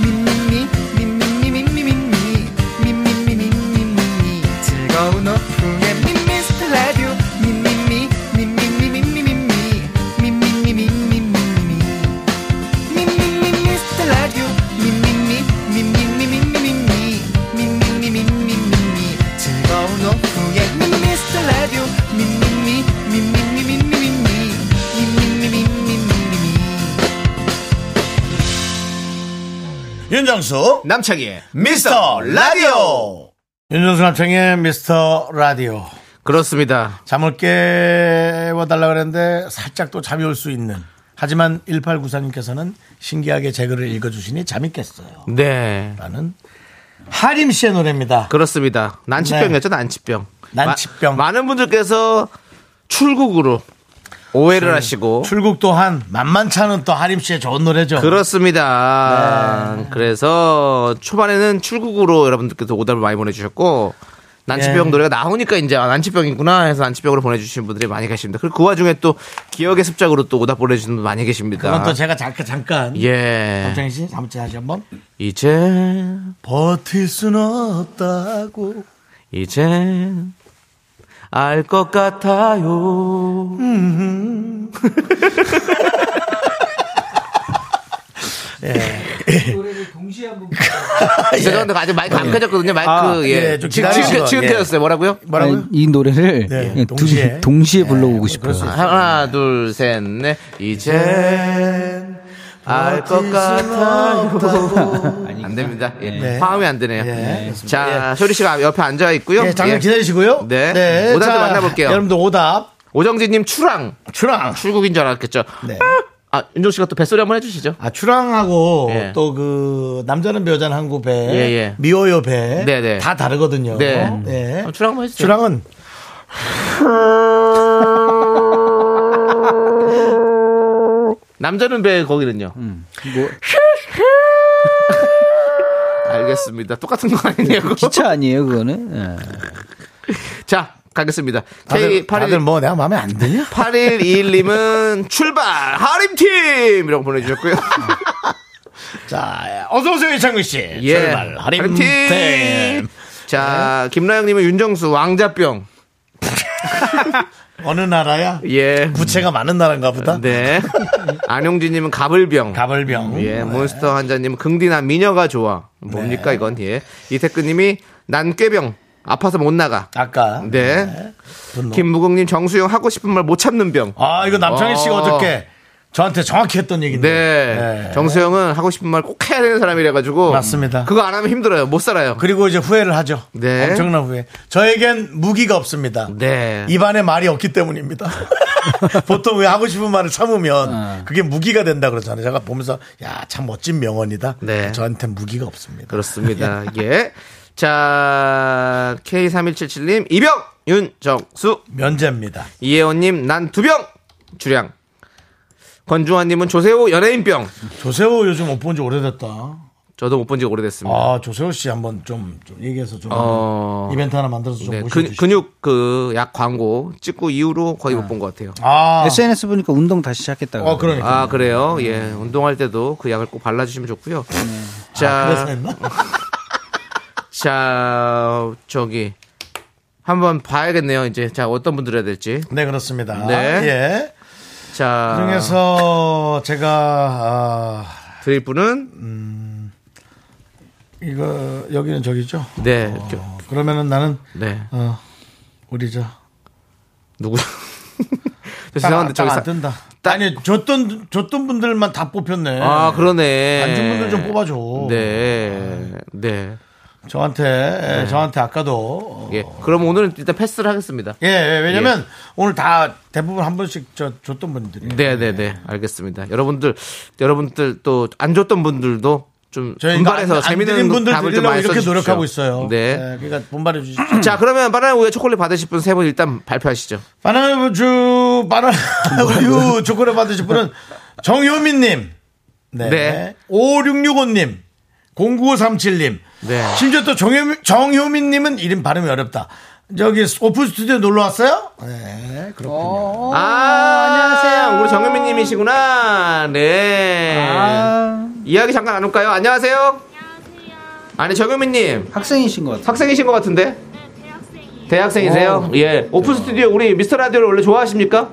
Speaker 10: 미미미 미미미 미미미 미미미 미미미 즐거운 오후에 미스터 라디오 미미미 미미미 미미미 미미미 미미미
Speaker 1: 윤정수.
Speaker 2: 남창희의 미스터 라디오.
Speaker 1: 윤정수 남창의 미스터 라디오.
Speaker 2: 그렇습니다.
Speaker 1: 잠을 깨워달라 그랬는데 살짝 또 잠이 올 수 있는. 하지만 1894님께서는 신기하게 제 글을 읽어주시니 잠이 깼어요.
Speaker 2: 네.
Speaker 1: 라는 하림 씨의 노래입니다.
Speaker 2: 그렇습니다. 난치병이었죠, 난치병.
Speaker 1: 네. 난치병.
Speaker 2: 마- 많은 분들께서 출국으로 오해를 하시고.
Speaker 1: 출국 또한 만만치 않은 또 하림 씨의 좋은 노래죠.
Speaker 2: 그렇습니다.
Speaker 1: 네.
Speaker 2: 그래서 초반에는 출국으로 여러분들께서 오답을 많이 보내주셨고 난치병
Speaker 1: 예.
Speaker 2: 노래가 나오니까 이제 아, 난치병이구나 해서 난치병으로 보내주신 분들이 많이 계십니다. 그리고 그 와중에 또 기억의 습작으로 또 오답 보내주신 분 많이
Speaker 1: 그건
Speaker 2: 계십니다.
Speaker 1: 또 제가 잠깐 잠깐.
Speaker 2: 예.
Speaker 1: 남창희 씨, 다음 주에 다시 한번.
Speaker 2: 이제
Speaker 1: 버틸 순 없다고.
Speaker 2: 이제 알 것 같아요.
Speaker 1: 음.
Speaker 2: 죄송한데 아직 마이크 안 켜졌거든요. 마이크
Speaker 1: 아,
Speaker 2: 예.
Speaker 1: 예, 좀
Speaker 2: 지금
Speaker 1: 기다리시죠.
Speaker 2: 켜- 지금
Speaker 1: 예.
Speaker 2: 켜졌어요. 뭐라고요?
Speaker 1: 뭐라고요?
Speaker 11: 이 노래를
Speaker 1: 네,
Speaker 11: 그냥 두-
Speaker 1: 동시에.
Speaker 11: 동시에, 불러보고 싶어요.
Speaker 2: 아, 하나 둘 셋 넷 이제 알 것 같아요 안 됩니다 예.
Speaker 1: 네.
Speaker 2: 화음이 안 되네요
Speaker 1: 네.
Speaker 2: 자 쇼리 씨가 옆에 앉아 있고요
Speaker 1: 예, 잠깐
Speaker 2: 예.
Speaker 1: 기다리시고요.
Speaker 2: 네. 오답도 만나볼게요.
Speaker 1: 여러분들 오답.
Speaker 2: 오정진님 추랑
Speaker 1: 추랑.
Speaker 2: 출국인 줄 알았겠죠
Speaker 1: 네.
Speaker 2: 아 윤종 씨가 또 뱃소리 한번 해주시죠
Speaker 1: 아, 추랑하고
Speaker 2: 예.
Speaker 1: 또 그 남자는 배우자는 한국 배,
Speaker 2: 예, 예.
Speaker 1: 미워요 배,
Speaker 2: 네, 네.
Speaker 1: 다 다르거든요.
Speaker 2: 네.
Speaker 1: 예.
Speaker 2: 어, 추랑 한번 해주세요
Speaker 1: 추랑은
Speaker 2: 남자는 배 거기는요
Speaker 1: 음, 뭐.
Speaker 2: 알겠습니다 똑같은 거
Speaker 1: 네,
Speaker 2: 아니냐고
Speaker 1: 그렇죠.
Speaker 11: 기차 아니에요 그거는? 예.
Speaker 2: 자 가겠습니다
Speaker 1: 다들,
Speaker 2: K81
Speaker 1: 다들 뭐 내가 마음에 안 드냐?
Speaker 2: 8121님은 출발 하림팀 이라고 보내주셨고요.
Speaker 1: 아, 자, 예. 어서 오세요 이창규 씨.
Speaker 2: 예.
Speaker 1: 출발 하림 팀. 네.
Speaker 2: 자 김나영님은 윤정수 왕자병.
Speaker 1: 어느 나라야?
Speaker 2: 예.
Speaker 1: 부채가 많은 나라인가 보다.
Speaker 2: 네. 안용진님은 가불병.
Speaker 1: 가벌병. 네.
Speaker 2: 예. 몬스터 환자님은 긍디나 미녀가 좋아. 뭡니까 이건 예. 이태근님이 난꾀병 아파서 못 나가.
Speaker 1: 아까
Speaker 2: 네.
Speaker 1: 분노.
Speaker 2: 김무국님 정수영 하고 싶은 말 못 참는 병.
Speaker 1: 아 이거 남창희 씨가
Speaker 2: 어.
Speaker 1: 어저께 저한테 정확히 했던 얘기인데. 예.
Speaker 2: 네. 정수영은 하고 싶은 말 꼭 해야 되는 사람이라가지고.
Speaker 1: 맞습니다.
Speaker 2: 그거 안 하면 힘들어요. 못 살아요.
Speaker 1: 그리고 이제 후회를 하죠.
Speaker 2: 네.
Speaker 1: 엄청난 후회. 저에겐 무기가 없습니다.
Speaker 2: 네.
Speaker 1: 입안에 말이 없기 때문입니다. 보통 왜 하고 싶은 말을
Speaker 2: 어.
Speaker 1: 참으면 그게 무기가 된다 그러잖아요. 제가 보면서 야 참 멋진 명언이다.
Speaker 2: 네.
Speaker 1: 저한테 무기가 없습니다.
Speaker 2: 그렇습니다. 예. 자, K3177님, 이병! 윤정수!
Speaker 1: 면제입니다.
Speaker 2: 이혜원님, 난 두 병! 주량. 권중환님은 조세호 연예인병.
Speaker 1: 조세호 요즘 못 본 지 오래됐다.
Speaker 2: 저도 못 본 지 오래됐습니다.
Speaker 1: 아 조세호 씨 한번 좀, 좀 얘기해서 좀
Speaker 2: 어.
Speaker 1: 아, 음. 이벤트 하나 만들어서 좀
Speaker 2: 네, 근,
Speaker 1: 모셔주시죠. 네.
Speaker 2: 근육 그 약 광고 찍고 이후로 거의 못 본 것 같아요.
Speaker 1: 아,
Speaker 11: SNS 보니까 운동 다시 시작했다고.
Speaker 1: 어 그러니까.
Speaker 2: 네, 아, 그래요? 예. 운동할 때도 그 약을 꼭 발라주시면 좋고요.
Speaker 1: 네.
Speaker 2: 자,
Speaker 1: 아, 그래서 했나?
Speaker 2: 자, 저기. 한번 봐야겠네요. 이제 자 어떤 분들 해야 될지.
Speaker 1: 네 그렇습니다.
Speaker 2: 네. 아.
Speaker 1: 예.
Speaker 2: 자
Speaker 1: 그 그중에서 제가 아,
Speaker 2: 드릴 분은
Speaker 1: 이거 여기는 저기죠.
Speaker 2: 네
Speaker 1: 어,
Speaker 2: 겨-
Speaker 1: 그러면은 나는
Speaker 2: 네.
Speaker 1: 어, 우리 저
Speaker 2: 누구? 저 죄송한데
Speaker 1: 딱
Speaker 2: 저기
Speaker 1: 안
Speaker 2: 사,
Speaker 1: 뜬다. 아니 줬던 줬던 분들만 다 뽑혔네.
Speaker 2: 아, 그러네.
Speaker 1: 안 준 분들 좀 뽑아줘.
Speaker 2: 네. 네.
Speaker 1: 저한테 예, 저한테 아까도
Speaker 2: 예. 그럼 오늘은 일단 패스를 하겠습니다.
Speaker 1: 예, 예, 왜냐면 오늘 다 대부분 한 분씩 저 줬던 분들이.
Speaker 2: 네, 네, 네. 알겠습니다. 여러분들, 여러분들 또 안 줬던 분들도 좀
Speaker 1: 저희가 안,
Speaker 2: 분발해서
Speaker 1: 안
Speaker 2: 재밌는
Speaker 1: 드린 분들
Speaker 2: 답을 좀
Speaker 1: 드리려고
Speaker 2: 많이
Speaker 1: 이렇게
Speaker 2: 써주십시오.
Speaker 1: 노력하고 있어요.
Speaker 2: 네.
Speaker 1: 예, 그러니까 분발해 주십시오.
Speaker 2: 자, 그러면 바나나 우유 초콜릿 받으실 분 세 분 일단 발표하시죠.
Speaker 1: 바나나우주
Speaker 2: 뭐
Speaker 1: 바나나우유 초콜릿 받으실 분은 정효민님, 네,
Speaker 2: 네.
Speaker 1: 5665님, 0937님,
Speaker 2: 네.
Speaker 1: 심지어 또 정효민, 정효민님은 이름 발음이 어렵다. 저기 오픈 스튜디오 놀러 왔어요? 네, 그렇군요.
Speaker 2: 아, 안녕하세요. 우리 정현미 님이시구나. 네. 이야기 잠깐 나눌까요? 안녕하세요. 안녕하세요. 아니, 정현미 님.
Speaker 11: 학생이신 것 같아요.
Speaker 2: 학생이신 것 같은데? 대학생이세요? 예. 오픈 스튜디오 우리 미스터 라디오를 원래 좋아하십니까?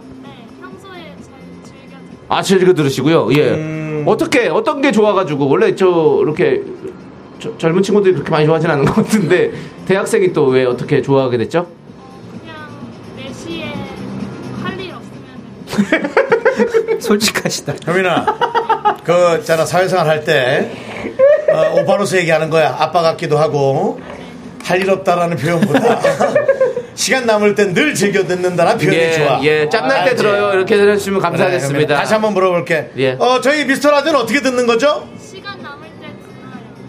Speaker 2: 아, 네, 즐겨 들으시고요. 예.
Speaker 1: 음.
Speaker 2: 어떻게 어떤 게 좋아가지고 원래 저 이렇게 저- 젊은 친구들이 그렇게 많이 좋아하진 않는 것 같은데 대학생이 또 왜 어떻게 좋아하게 됐죠?
Speaker 11: 솔직하시다.
Speaker 1: 효민아, 그, 있잖아, 사회생활 할 때, 어, 오바로스 얘기하는 거야. 아빠 같기도 하고, 할 일 없다라는 표현보다, 시간 남을 땐 늘 즐겨 듣는다라는 표현이
Speaker 2: 예,
Speaker 1: 좋아.
Speaker 2: 예, 짬날 때
Speaker 1: 알지?
Speaker 2: 들어요. 이렇게 해주시면
Speaker 1: 그래,
Speaker 2: 감사하겠습니다.
Speaker 1: 효민아. 네, 다시 한번 물어볼게.
Speaker 2: 예.
Speaker 1: 어, 저희 미스터 라디오는 어떻게 듣는 거죠?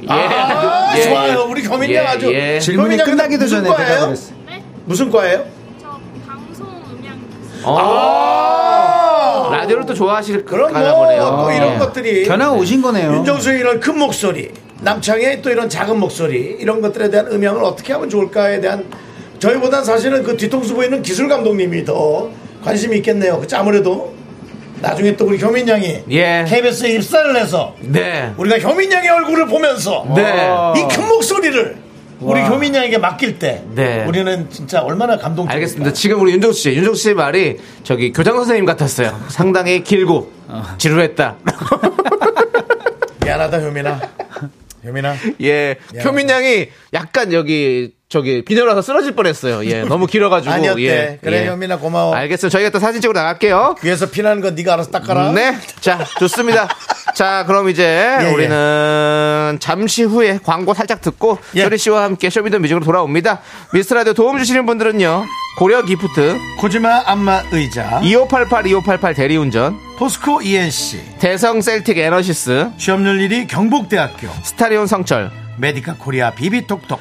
Speaker 2: 예.
Speaker 1: 아,
Speaker 2: 예,
Speaker 1: 좋아요.
Speaker 2: 예.
Speaker 1: 우리 겸인양
Speaker 2: 예,
Speaker 1: 아주.
Speaker 2: 예.
Speaker 11: 질문이
Speaker 1: 효민양
Speaker 11: 끝나기도
Speaker 1: 무슨
Speaker 11: 전에
Speaker 1: 과예요?
Speaker 11: 대답을 했어.
Speaker 2: 네?
Speaker 1: 무슨 과예요?
Speaker 2: 아, 어. 라디오를 또 좋아하실
Speaker 1: 그럼
Speaker 2: 가나
Speaker 1: 뭐,
Speaker 2: 보네요.
Speaker 1: 또 이런
Speaker 2: 예.
Speaker 1: 것들이.
Speaker 11: 어, 견학 오신 거네요.
Speaker 1: 윤정수의 이런 큰 목소리, 남창의 또 이런 작은 목소리, 이런 것들에 대한 음향을 어떻게 하면 좋을까에 대한 저희보단 사실은 그 뒤통수 보이는 기술 감독님이 더 관심이 있겠네요. 그치? 아무래도 나중에 또 우리 효민 양이
Speaker 2: 예.
Speaker 1: KBS에 입사를 해서
Speaker 2: 네.
Speaker 1: 우리가 효민 양의 얼굴을 보면서
Speaker 2: 네.
Speaker 1: 이 큰 목소리를 우리 효민 양에게 맡길 때
Speaker 2: 네.
Speaker 1: 우리는 진짜 얼마나 감동적일까.
Speaker 2: 알겠습니다. 지금 우리 윤종수 씨, 윤종수 씨의 말이 저기 교장 선생님 같았어요. 상당히 길고
Speaker 1: 어.
Speaker 2: 지루했다.
Speaker 1: 미안하다 효민아. 효민아.
Speaker 2: 예, 표민 양이 약간 여기 저기 비늘어서 쓰러질 뻔했어요. 예, 너무 길어가지고.
Speaker 1: 아니었대.
Speaker 2: 예,
Speaker 1: 그래
Speaker 2: 예.
Speaker 1: 효민아 고마워.
Speaker 2: 알겠어요. 저희가 또 사진 찍으러 나갈게요.
Speaker 1: 귀에서 피나는 건 네가 알아서 닦아라.
Speaker 2: 네, 자 좋습니다. 자 그럼 이제
Speaker 1: 예,
Speaker 2: 우리는 잠시 후에 광고 살짝 듣고
Speaker 1: 예.
Speaker 2: 쇼리 씨와 함께 쇼미더뮤직으로 돌아옵니다. 미스라디오 도움 주시는 분들은요 고려 기프트,
Speaker 1: 코지마 안마 의자
Speaker 2: 2588 2588 대리운전,
Speaker 1: 포스코 E ENC
Speaker 2: 대성 셀틱 에너시스,
Speaker 1: 취업률 1위 경북대학교
Speaker 2: 스타리온 성철,
Speaker 1: 메디카 코리아 비비톡톡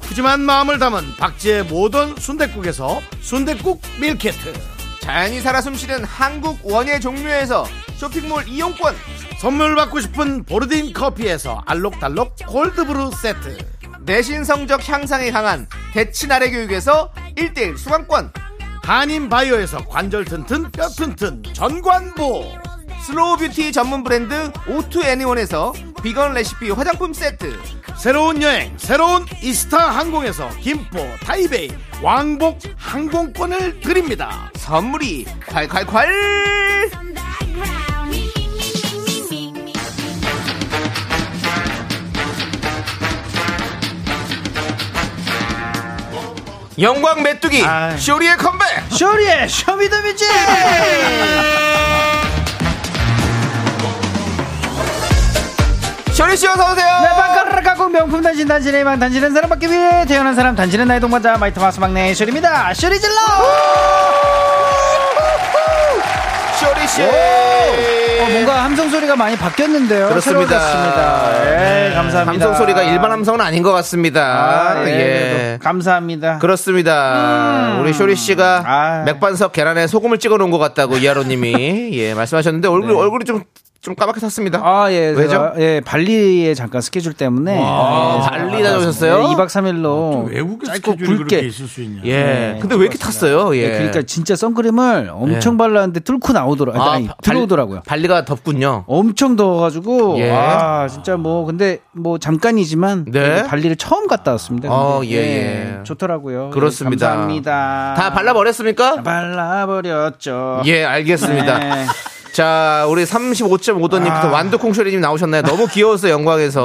Speaker 1: 푸짐한 마음을 담은 박지의 모던 순댓국에서순댓국 밀키트
Speaker 2: 자연이 살아 숨쉬는 한국 원예 종묘에서 쇼핑몰 이용권
Speaker 1: 선물 받고 싶은 보르딘 커피에서 알록달록 골드브루 세트
Speaker 2: 내신 성적 향상에 강한 대치나래 교육에서 1대1 수강권
Speaker 1: 한인 바이오에서 관절 튼튼 뼈 튼튼 전관보
Speaker 2: 슬로우 뷰티 전문 브랜드 오투 애니원에서 비건 레시피 화장품 세트
Speaker 1: 새로운 여행 새로운 이스타 항공에서 김포 타이베이 왕복 항공권을 드립니다
Speaker 2: 선물이 콸콸콸 영광 메뚜기 쇼리의 컴백
Speaker 11: 쇼리의 쇼미더뮤직!
Speaker 2: 쇼리 씨 어서 오세요
Speaker 11: 내 방가르르 가고 명품 단신 단신의 망 단신은 사랑받기 위해 태어난 사람 단신은 나의 동반자 마이트 마스 막내 쇼리입니다. 쇼리 질러!
Speaker 2: 쇼리 씨
Speaker 11: 어, 뭔가 함성 소리가 많이 바뀌었는데요.
Speaker 2: 그렇습니다. 네.
Speaker 11: 새로워졌습니다. 예, 감사합니다.
Speaker 2: 함성 소리가 일반 함성은 아닌 것 같습니다
Speaker 11: 아, 예,
Speaker 2: 예.
Speaker 11: 그래도 감사합니다. 음.
Speaker 2: 그렇습니다. 우리 쇼리 씨가
Speaker 11: 아.
Speaker 2: 맥반석 계란에 소금을 찍어 놓은 것 같다고 이하로님이 예 말씀하셨는데 얼굴 얼굴이 좀 좀 까맣게 탔습니다.
Speaker 11: 네. 아, 예.
Speaker 2: 왜죠?
Speaker 11: 제가, 예, 발리에 잠깐 스케줄 때문에. 예,
Speaker 2: 와, 발리 다녀오셨어요?
Speaker 11: 2박 3일로.
Speaker 1: 아, 외국에
Speaker 11: 짧고
Speaker 1: 스케줄이 그렇게
Speaker 11: 굵게.
Speaker 1: 있을 수 있냐?
Speaker 2: 예. 근데 왜 이렇게 탔어요? 예.
Speaker 11: 예, 네. 그러니까 진짜 선크림을 엄청 발랐는데 뚫고 나오더라. 아니, 아니,
Speaker 2: 바- 발-
Speaker 11: 들어오더라고요.
Speaker 2: 발리가 덥군요.
Speaker 11: 엄청 더워가지고
Speaker 2: 예.
Speaker 11: 아 진짜 뭐 근데 뭐 잠깐이지만
Speaker 2: 네.
Speaker 11: 그래도 발리를 처음 갔다 왔습니다.
Speaker 2: 어,
Speaker 11: 근데
Speaker 2: 예, 예.
Speaker 11: 좋더라고요. 예,
Speaker 2: 그렇습니다.
Speaker 11: 감사합니다.
Speaker 2: 다 발라버렸습니까?
Speaker 11: 아. 발라버렸죠.
Speaker 2: 예, 알겠습니다.
Speaker 11: 네.
Speaker 2: 자, 우리 35.5도님부터 완두콩쇼리님 나오셨나요? 너무 귀여웠어요, 영광에서.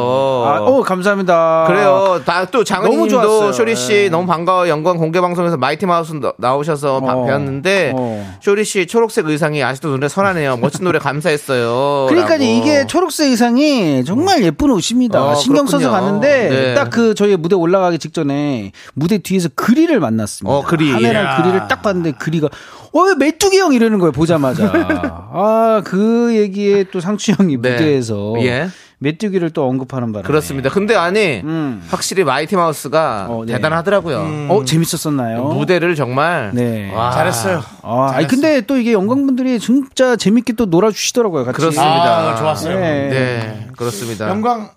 Speaker 11: 아, 오 감사합니다.
Speaker 2: 그래요. 다 또
Speaker 11: 너무 좋았어요.
Speaker 2: 장은님도 쇼리 씨
Speaker 11: 예.
Speaker 2: 너무 반가워. 영광 공개 방송에서 마이티 마우스 나- 나오셔서 바-
Speaker 11: 어.
Speaker 2: 배웠는데
Speaker 11: 어.
Speaker 2: 쇼리 씨 초록색 의상이 아직도 눈에 선하네요. 멋진 노래 감사했어요.
Speaker 11: 그러니까
Speaker 2: 라고.
Speaker 11: 이게 초록색 의상이 정말 예쁜 옷입니다.
Speaker 2: 어,
Speaker 11: 신경 써서
Speaker 2: 그렇군요.
Speaker 11: 갔는데
Speaker 2: 네.
Speaker 11: 딱 그 저희 무대 올라가기 직전에 무대 뒤에서 그리를 만났습니다.
Speaker 2: 어, 그리.
Speaker 11: 하늘랑
Speaker 2: 이야.
Speaker 11: 그리를 딱 봤는데 그리가 어왜 메뚜기 형 이러는 거예요 보자마자. 아 그 얘기에 또 상추 형이
Speaker 2: 네.
Speaker 11: 무대에서
Speaker 2: 예.
Speaker 11: 메뚜기를 또 언급하는 바람에
Speaker 2: 그렇습니다. 근데 아니
Speaker 11: 음.
Speaker 2: 확실히 마이티 마우스가
Speaker 11: 어, 네.
Speaker 2: 대단하더라고요.
Speaker 11: 어 재밌었었나요?
Speaker 2: 음. 무대를 아, 정말
Speaker 11: 네.
Speaker 2: 와.
Speaker 1: 잘했어요.
Speaker 11: 아, 아니 근데 또 이게 영광분들이 진짜 재밌게 또 놀아주시더라고요. 같이.
Speaker 2: 그렇습니다.
Speaker 1: 아, 좋았어요.
Speaker 11: 네.
Speaker 2: 네, 그렇습니다.
Speaker 1: 영광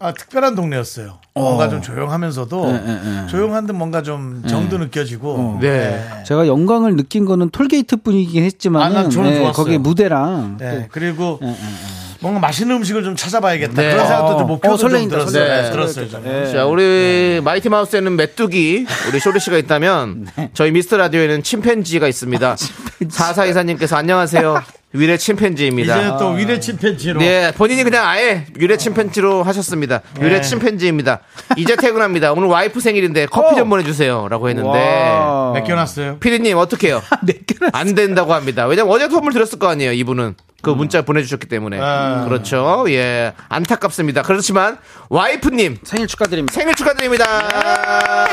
Speaker 1: 아, 특별한 동네였어요. 네, 뭔가 좀 조용하면서도
Speaker 11: 예, 예, 예.
Speaker 1: 조용한 듯 뭔가 좀 정도 느껴지고
Speaker 2: 네.
Speaker 11: 제가 영광을 느낀 거는 톨게이트 뿐이긴
Speaker 1: 아,
Speaker 11: 했지만
Speaker 1: 난 저는 좋았어요.
Speaker 11: 거기 무대랑
Speaker 1: 네. 그리고 뭔가 맛있는 음식을 좀 찾아봐야겠다 그런 생각도 좀
Speaker 11: 어,
Speaker 1: 목표도 좀
Speaker 11: 설레인다,
Speaker 1: 들었어요.
Speaker 2: 설레.
Speaker 1: 네, 들었어요. 저는.
Speaker 2: 자, 우리 마이티 마우스에는 메뚜기, 우리 쇼리 씨가 있다면 저희 미스터 라디오에는 침팬지가 있습니다. 사사 이사님께서 안녕하세요. 위례 침팬지입니다.
Speaker 11: 아.
Speaker 1: 이제 또 위례 침팬지로
Speaker 2: 네, 본인이 그냥 아예 유래 침팬지로 하셨습니다. 유래 침팬지입니다. 이제 퇴근합니다. 오늘 와이프 생일인데 커피 좀 보내주세요라고 했는데
Speaker 11: 와.
Speaker 1: 맡겨놨어요.
Speaker 2: 피디님 어떻게요? 안 된다고 합니다. 왜냐면 어제 선물 드렸을 거 아니에요, 이분은. 그 문자 보내주셨기 때문에 그렇죠. 예, 안타깝습니다. 그렇지만 와이프님
Speaker 11: 생일 축하드립니다.
Speaker 2: 생일 축하드립니다.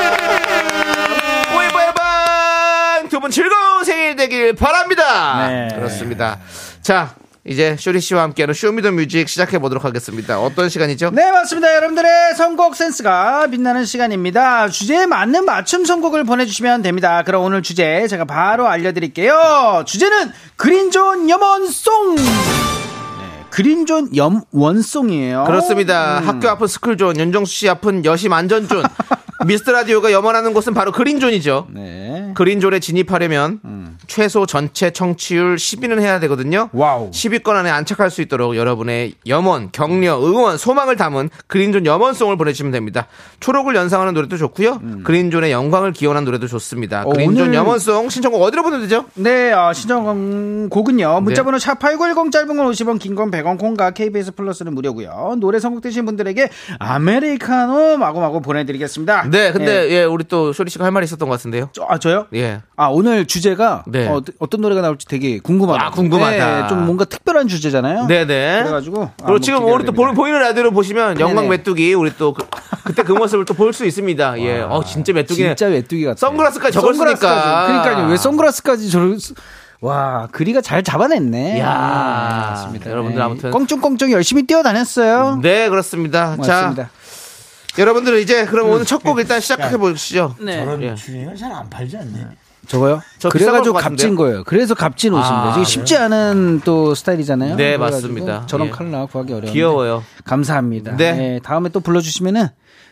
Speaker 2: 오이바이방 두분 즐거운 생일 되길 바랍니다.
Speaker 11: 네.
Speaker 2: 그렇습니다. 자, 이제 쇼리 씨와 함께하는 쇼미더뮤직 시작해 보도록 하겠습니다. 어떤 시간이죠?
Speaker 11: 네 맞습니다 여러분들의 선곡 센스가 빛나는 시간입니다 주제에 맞는 맞춤 선곡을 보내주시면 됩니다 그럼 오늘 주제 제가 바로 알려드릴게요 주제는 그린존 염원송 네, 그린존 염원송이에요 음,
Speaker 2: 그렇습니다. 학교 앞은 스쿨존, 윤정수 씨 앞은 여심 안전존. 미스터 라디오가 염원하는 곳은 바로 그린존이죠.
Speaker 11: 네. 음.
Speaker 2: 그린존에 진입하려면 최소 전체 청취율 10위는 해야 되거든요.
Speaker 11: 와우
Speaker 2: 10위권 안에 안착할 수 있도록 여러분의 염원, 격려, 응원, 소망을 담은 그린존 염원송을 보내주시면 됩니다. 초록을 연상하는 노래도 좋고요. 그린존의 영광을 기원한 노래도 좋습니다.
Speaker 11: 음. 어,
Speaker 2: 그린존
Speaker 11: 오늘-
Speaker 2: 염원송 신청곡 어디로 보내면 되죠?
Speaker 11: 네, 어,
Speaker 2: 네.
Speaker 11: 신청곡은요. 문자번호 샵8910 짧은 건 50원, 긴 건 100원, 콩과 KBS 플러스는 무료고요. 노래 선곡되신 분들에게 아메리카노 마구마구 보내드리겠습니다.
Speaker 2: 네, 근데 예, 우리 또 쇼리 씨가 할 말이 있었던 것 같은데요.
Speaker 11: 저, 아, 저요?
Speaker 2: 예.
Speaker 11: 아, 오늘 주제가
Speaker 2: 네.
Speaker 11: 어, 떤 노래가 나올지 되게 궁금하다.
Speaker 2: 아, 궁금하다.
Speaker 11: 네, 좀 뭔가 특별한 주제잖아요.
Speaker 2: 네네.
Speaker 11: 그래가지고 아,
Speaker 2: 그리고
Speaker 11: 뭐
Speaker 2: 지금
Speaker 11: 기대가
Speaker 2: 오늘 또
Speaker 11: 됩니다.
Speaker 2: 보는, 보이는 라디오로 보시면 영광
Speaker 11: 네네.
Speaker 2: 메뚜기 우리 또 그, 때그 모습을 또 볼 수 있습니다. 예. 어 진짜 메뚜기네.
Speaker 11: 진짜 외뚜기 같아.
Speaker 2: 선글라스까지 적었으니까.
Speaker 11: 그러니까요. 왜 선글라스까지 저를 와 그리가 잘 잡아냈네.
Speaker 2: 이야.
Speaker 11: 아, 맞습니다.
Speaker 2: 여러분들
Speaker 11: 네.
Speaker 2: 아무튼.
Speaker 11: 껑충껑충 열심히 뛰어다녔어요.
Speaker 2: 네, 그렇습니다.
Speaker 11: 고맙습니다. 네,
Speaker 2: 자, 여러분들은 이제 그럼 오늘 첫 곡 일단 시작해 보시죠.
Speaker 1: 저런
Speaker 2: 예.
Speaker 1: 주행을 잘 안 팔지 않니?
Speaker 11: 네. 저거요?
Speaker 2: 저 비싼
Speaker 11: 그래가지고
Speaker 2: 것 같은데요? 아,
Speaker 11: 값진 거예요. 그래서 값진 옷입니다. 이게 쉽지 않은 또 스타일이잖아요.
Speaker 2: 네,
Speaker 11: 그래가지고
Speaker 2: 맞습니다.
Speaker 11: 저런
Speaker 2: 예.
Speaker 11: 컬러 구하기 어려워요.
Speaker 2: 귀여워요.
Speaker 11: 감사합니다.
Speaker 2: 네.
Speaker 11: 네. 다음에 또 불러주시면은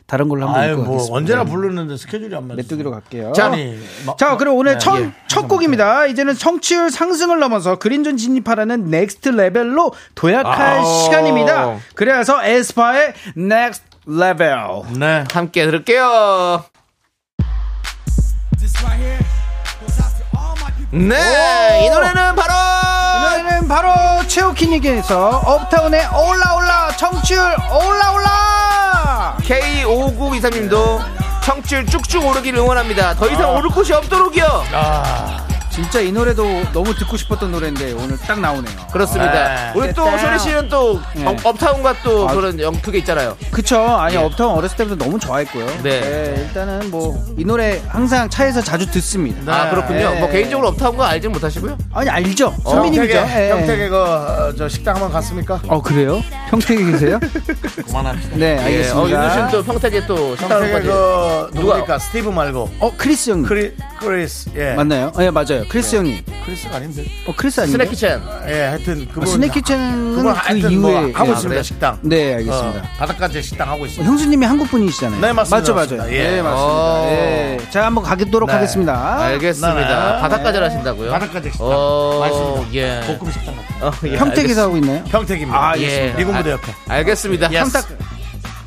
Speaker 11: 다른 걸로 한번
Speaker 1: 아유
Speaker 11: 입고
Speaker 1: 뭐
Speaker 11: 가겠습니다. 네.
Speaker 1: 언제나 부르는데 스케줄이 안 맞아.
Speaker 11: 메뚜기로 갈게요.
Speaker 2: 자, 어.
Speaker 1: 아니, 마-
Speaker 11: 자, 그럼 오늘
Speaker 1: 네,
Speaker 11: 첫,
Speaker 1: 예.
Speaker 11: 첫 곡입니다. 이제는 청취율 상승을 넘어서 그린존 진입하라는 넥스트 레벨로 도약할
Speaker 2: 아.
Speaker 11: 시간입니다. 그래서 에스파의 넥스트 레벨.
Speaker 1: 네.
Speaker 2: 함께 들을게요. 네, 이 노래는 바로
Speaker 11: 오늘은 바로 최우키님께서 업타운의 올라올라 청취율 올라올라!
Speaker 2: K5923님도 청취율 쭉쭉 오르길 응원합니다. 더
Speaker 11: 아.
Speaker 2: 이상 오를 곳이 없도록이요.
Speaker 11: 진짜 이 노래도 너무 듣고 싶었던 노래인데 오늘 딱 나오네요.
Speaker 2: 그렇습니다. 우리 또
Speaker 11: 됐다.
Speaker 2: 쇼리 씨는 또
Speaker 11: 네.
Speaker 2: 업- 업타운과 또
Speaker 11: 아.
Speaker 2: 그런 영 그게 있잖아요.
Speaker 11: 그쵸. 아니,
Speaker 1: 예.
Speaker 11: 업타운 어렸을 때부터 너무 좋아했고요.
Speaker 2: 네.
Speaker 11: 일단은 뭐, 이 노래 항상 차에서 자주 듣습니다.
Speaker 2: 아 그렇군요.
Speaker 11: 네.
Speaker 2: 뭐 개인적으로 업타운과 알지는 못하시고요.
Speaker 11: 아니, 알죠? 선배님이죠. 예.
Speaker 1: 어, 형택에 그저 식당 한번 갔습니까?
Speaker 11: 어, 그래요? 평택에 계세요?
Speaker 1: 그만합시다.
Speaker 11: 네,
Speaker 2: 예. 어, 윤수
Speaker 11: 알겠습니다.
Speaker 2: 씨는 또 평택에 또
Speaker 1: 형택에
Speaker 2: 식당까지.
Speaker 1: 그 누구니까 스티브 말고
Speaker 11: 어, 크리스 형님.
Speaker 1: 크리 크리스 예.
Speaker 11: 맞나요? 예, 맞아요. 크리스 형님.
Speaker 1: 크리스가 아닌데.
Speaker 11: 어, 크리스 아닌데?
Speaker 1: 스낵키첸. 예, 하여튼 그거
Speaker 11: 아, 스낵키첸은
Speaker 1: 그거 하여튼
Speaker 11: 그
Speaker 1: 뭐
Speaker 11: 이후에
Speaker 1: 하고
Speaker 11: 아,
Speaker 1: 있습니다.
Speaker 11: 그래요?
Speaker 1: 식당.
Speaker 11: 네, 알겠습니다. 음.
Speaker 1: 어, 바닷가재 식당 하고 있습니다.
Speaker 11: 형수님이 한국 분이시잖아요.
Speaker 1: 네, 맞습니다.
Speaker 11: 맞죠,
Speaker 1: 맞습니다.
Speaker 11: 맞아요.
Speaker 1: 예.
Speaker 11: 네, 맞습니다.
Speaker 1: 어.
Speaker 11: 예. 제가 한번 가겠도록
Speaker 1: 네.
Speaker 11: 하겠습니다.
Speaker 2: 알겠습니다.
Speaker 1: 네.
Speaker 2: 바닷가재를 하신다고요?
Speaker 1: 바닷가재 식당.
Speaker 2: 어,
Speaker 1: 맛있습니다.
Speaker 2: 예.
Speaker 1: 볶음 식당 같은 거.
Speaker 2: 어, 예,
Speaker 11: 평택에서
Speaker 2: 알겠습니다.
Speaker 11: 하고 있나요?
Speaker 1: 평택입니다.
Speaker 11: 아,
Speaker 2: 예.
Speaker 1: 미군부대
Speaker 2: 아,
Speaker 1: 옆에.
Speaker 2: 알겠습니다.
Speaker 1: 예스.
Speaker 2: 평택.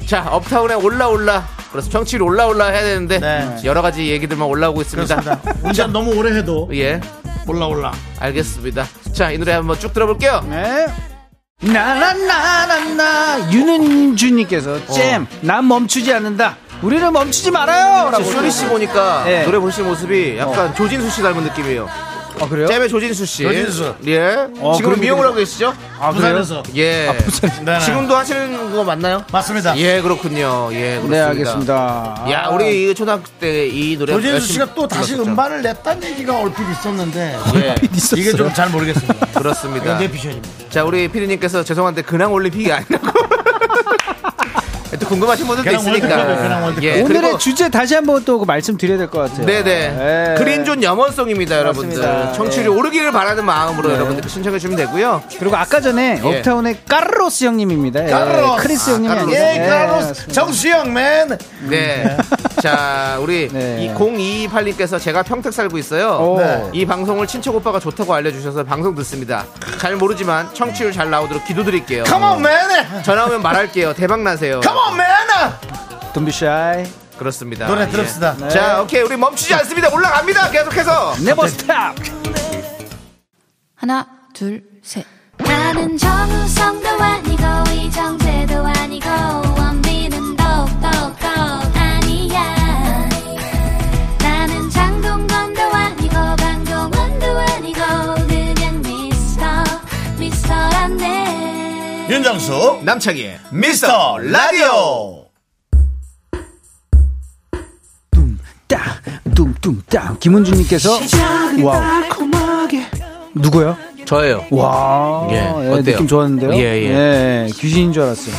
Speaker 2: 자, 업타운에 올라올라. 그래서 정치율 올라올라 해야 되는데
Speaker 1: 네.
Speaker 2: 여러 가지 얘기들만 올라오고 있습니다.
Speaker 1: 그렇습니다. 운전 너무 오래 해도
Speaker 2: 예,
Speaker 1: 올라 올라.
Speaker 2: 알겠습니다. 자, 이 노래 한번 쭉 들어볼게요.
Speaker 11: 네. 나나나나나 윤은주님께서 잼, 난 멈추지 않는다. 우리는 멈추지 말아요. 라고.
Speaker 2: 수리 씨 보니까
Speaker 11: 예.
Speaker 2: 노래 보시는 모습이 약간 조진수 씨 닮은 느낌이에요.
Speaker 11: 아, 그래요?
Speaker 2: 잼의 조진수 씨.
Speaker 1: 조진수.
Speaker 2: 예.
Speaker 11: 어,
Speaker 2: 지금
Speaker 11: 그런
Speaker 2: 미용을 하고 계시죠?
Speaker 11: 아, 그래요?
Speaker 1: 부산에서.
Speaker 2: 예.
Speaker 1: 네, 네.
Speaker 2: 지금도 하시는 거 맞나요?
Speaker 1: 맞습니다.
Speaker 2: 예, 그렇군요. 예, 그렇습니다.
Speaker 11: 네, 알겠습니다.
Speaker 2: 야, 우리 이 초등학교 때 이 노래
Speaker 1: 아. 조진수
Speaker 2: 네, 열심히
Speaker 1: 씨가 또 다시
Speaker 2: 불렀었죠.
Speaker 1: 음반을 냈다는 얘기가 얼핏 있었는데
Speaker 2: 예,
Speaker 1: 이게 좀 잘 모르겠습니다.
Speaker 2: 그렇습니다.
Speaker 1: 이게 피셜입니다.
Speaker 2: 자, 우리 피디님께서 죄송한데 근황 올림픽이 아니라고. 또 궁금하신 분들도
Speaker 1: 그냥
Speaker 2: 있으니까.
Speaker 1: 월드컵이에요, 그냥 월드컵.
Speaker 2: 예,
Speaker 11: 아, 오늘의
Speaker 2: 그리고-
Speaker 11: 주제 다시 한번 또 말씀드려야 될 것 같아요.
Speaker 2: 네네.
Speaker 11: 예.
Speaker 2: 그린존 염원송입니다, 여러분들.
Speaker 11: 맞습니다.
Speaker 2: 청취율이
Speaker 11: 네.
Speaker 2: 오르기를 바라는 마음으로
Speaker 1: 네.
Speaker 2: 여러분들 신청해 주면 되고요.
Speaker 11: 그리고 아까 전에 업타운의 까르로스 형님입니다. 예.
Speaker 1: 카르로스.
Speaker 11: 크리스
Speaker 2: 아,
Speaker 11: 형님이
Speaker 2: 카르로스.
Speaker 11: 아니라.
Speaker 1: 예,
Speaker 11: 예,
Speaker 1: 카로스
Speaker 11: 맞습니다.
Speaker 1: 정수영 맨.
Speaker 2: 네. 자, 우리
Speaker 11: 네.
Speaker 2: 이 0228님께서 제가 평택 살고 있어요.
Speaker 11: 오.
Speaker 1: 네.
Speaker 2: 이 방송을 친척 오빠가 좋다고 알려주셔서 방송 듣습니다. 잘 모르지만 청취율 잘 나오도록 기도드릴게요.
Speaker 1: Come on, man.
Speaker 2: 전화 오면 말할게요. 대박 나세요.
Speaker 1: Come on, man.
Speaker 11: Don't be shy.
Speaker 2: 그렇습니다.
Speaker 1: 노래
Speaker 2: 예.
Speaker 1: 들읍시다. 네.
Speaker 2: 자, 오케이. 우리 멈추지 않습니다. 올라갑니다. 계속해서.
Speaker 11: Never stop.
Speaker 8: 하나, 둘, 셋. 나는 정우성도 아니고, 이정재도 아니고, 원빈은 더욱더 아니야. 나는 장동건도 아니고, 방종원도 아니고, 그냥 미스터, 미스터란데.
Speaker 1: 윤정수
Speaker 2: 남창희의
Speaker 1: 미스터 라디오.
Speaker 11: 딱, 뚱뚱 딱. 김은주님께서 와우. 누구요?
Speaker 2: 저예요.
Speaker 11: 와,
Speaker 2: 예,
Speaker 11: 예,
Speaker 2: 어때요?
Speaker 11: 느낌 좋았는데요.
Speaker 2: 예, 예.
Speaker 11: 귀신인 줄 알았어요.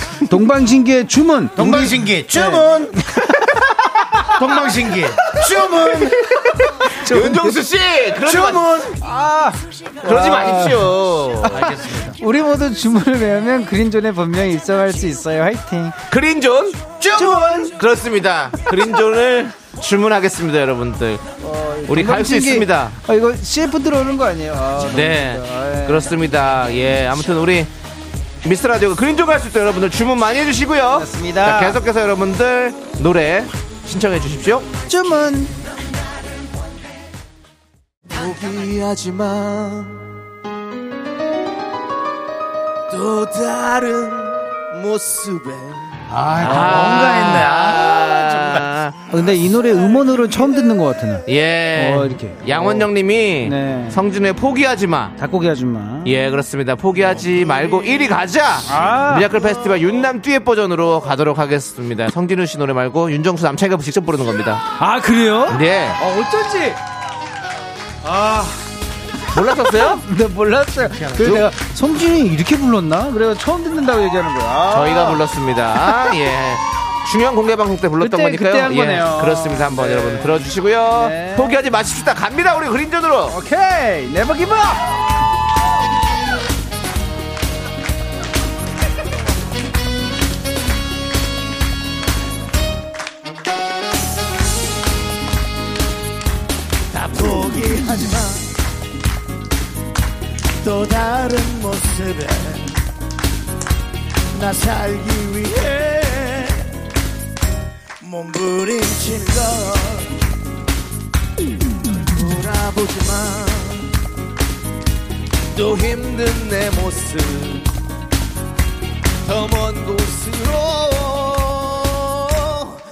Speaker 11: 동방신기의 주문.
Speaker 1: 동방신기 네. 주문. 동방신기 주문.
Speaker 2: 윤종수 씨, 그러지, 마,
Speaker 1: 주문. 아,
Speaker 2: 그러지 마십시오. 알겠습니다.
Speaker 11: 아, 우리 모두 주문을 외우면 그린존에 분명히 입성할 수 있어요. 화이팅.
Speaker 2: 그린존
Speaker 1: 주문.
Speaker 2: 그렇습니다. 그린존을 주문하겠습니다, 여러분들. 우리 갈 수
Speaker 11: 동방신기-
Speaker 2: 있습니다.
Speaker 11: 아, 이거 CF 들어오는 거 아니에요? 아,
Speaker 2: 네,
Speaker 11: 아, 예.
Speaker 2: 그렇습니다. 예, 아무튼 우리 미스 라디오 그린존 갈 수 있도록 여러분들 주문 많이 해주시고요.
Speaker 11: 맞습니다.
Speaker 2: 자, 계속해서 여러분들 노래 신청해 주십시오.
Speaker 11: 주문.
Speaker 2: 또 다른 모습에
Speaker 1: 아,
Speaker 2: 뭔가
Speaker 1: 뭔가
Speaker 2: 했네.
Speaker 1: 했네.
Speaker 2: 아,
Speaker 11: 아, 근데 이 노래 음원으로 처음 듣는 것 같아, 나.
Speaker 2: 예.
Speaker 11: 어, 이렇게.
Speaker 2: 양원영 님이
Speaker 11: 네.
Speaker 2: 성준의 포기하지 마.
Speaker 11: 닭고기 아줌마.
Speaker 2: 예, 그렇습니다. 포기하지 말고 1위 가자!
Speaker 11: 아.
Speaker 2: 미라클 페스티벌 윤남 듀엣 버전으로 가도록 하겠습니다. 성진우 씨 노래 말고 윤정수 남창이가 직접 부르는 겁니다.
Speaker 11: 아, 그래요?
Speaker 2: 예.
Speaker 11: 어, 어쩐지.
Speaker 2: 몰랐었어요?
Speaker 11: 나 네, 몰랐어요. 그래서 내가 성진이 이렇게 불렀나? 그래서 처음 듣는다고 얘기하는 거야. 아.
Speaker 2: 저희가 불렀습니다. 아, 예. 중요한 공개 방송 때 불렀던
Speaker 11: 그때,
Speaker 2: 거니까요.
Speaker 11: 그때 한
Speaker 2: 예.
Speaker 11: 거네요.
Speaker 2: 그렇습니다. 한번
Speaker 11: 네.
Speaker 2: 여러분 들어주시고요.
Speaker 11: 네.
Speaker 2: 포기하지 마십시다. 갑니다. 우리 그린존으로.
Speaker 11: 오케이, 네버 기브 업.
Speaker 4: 또 다른 모습에 나 살기 위해 몸부림친 걸 돌아보지만 또 힘든 내 모습 더 먼 곳으로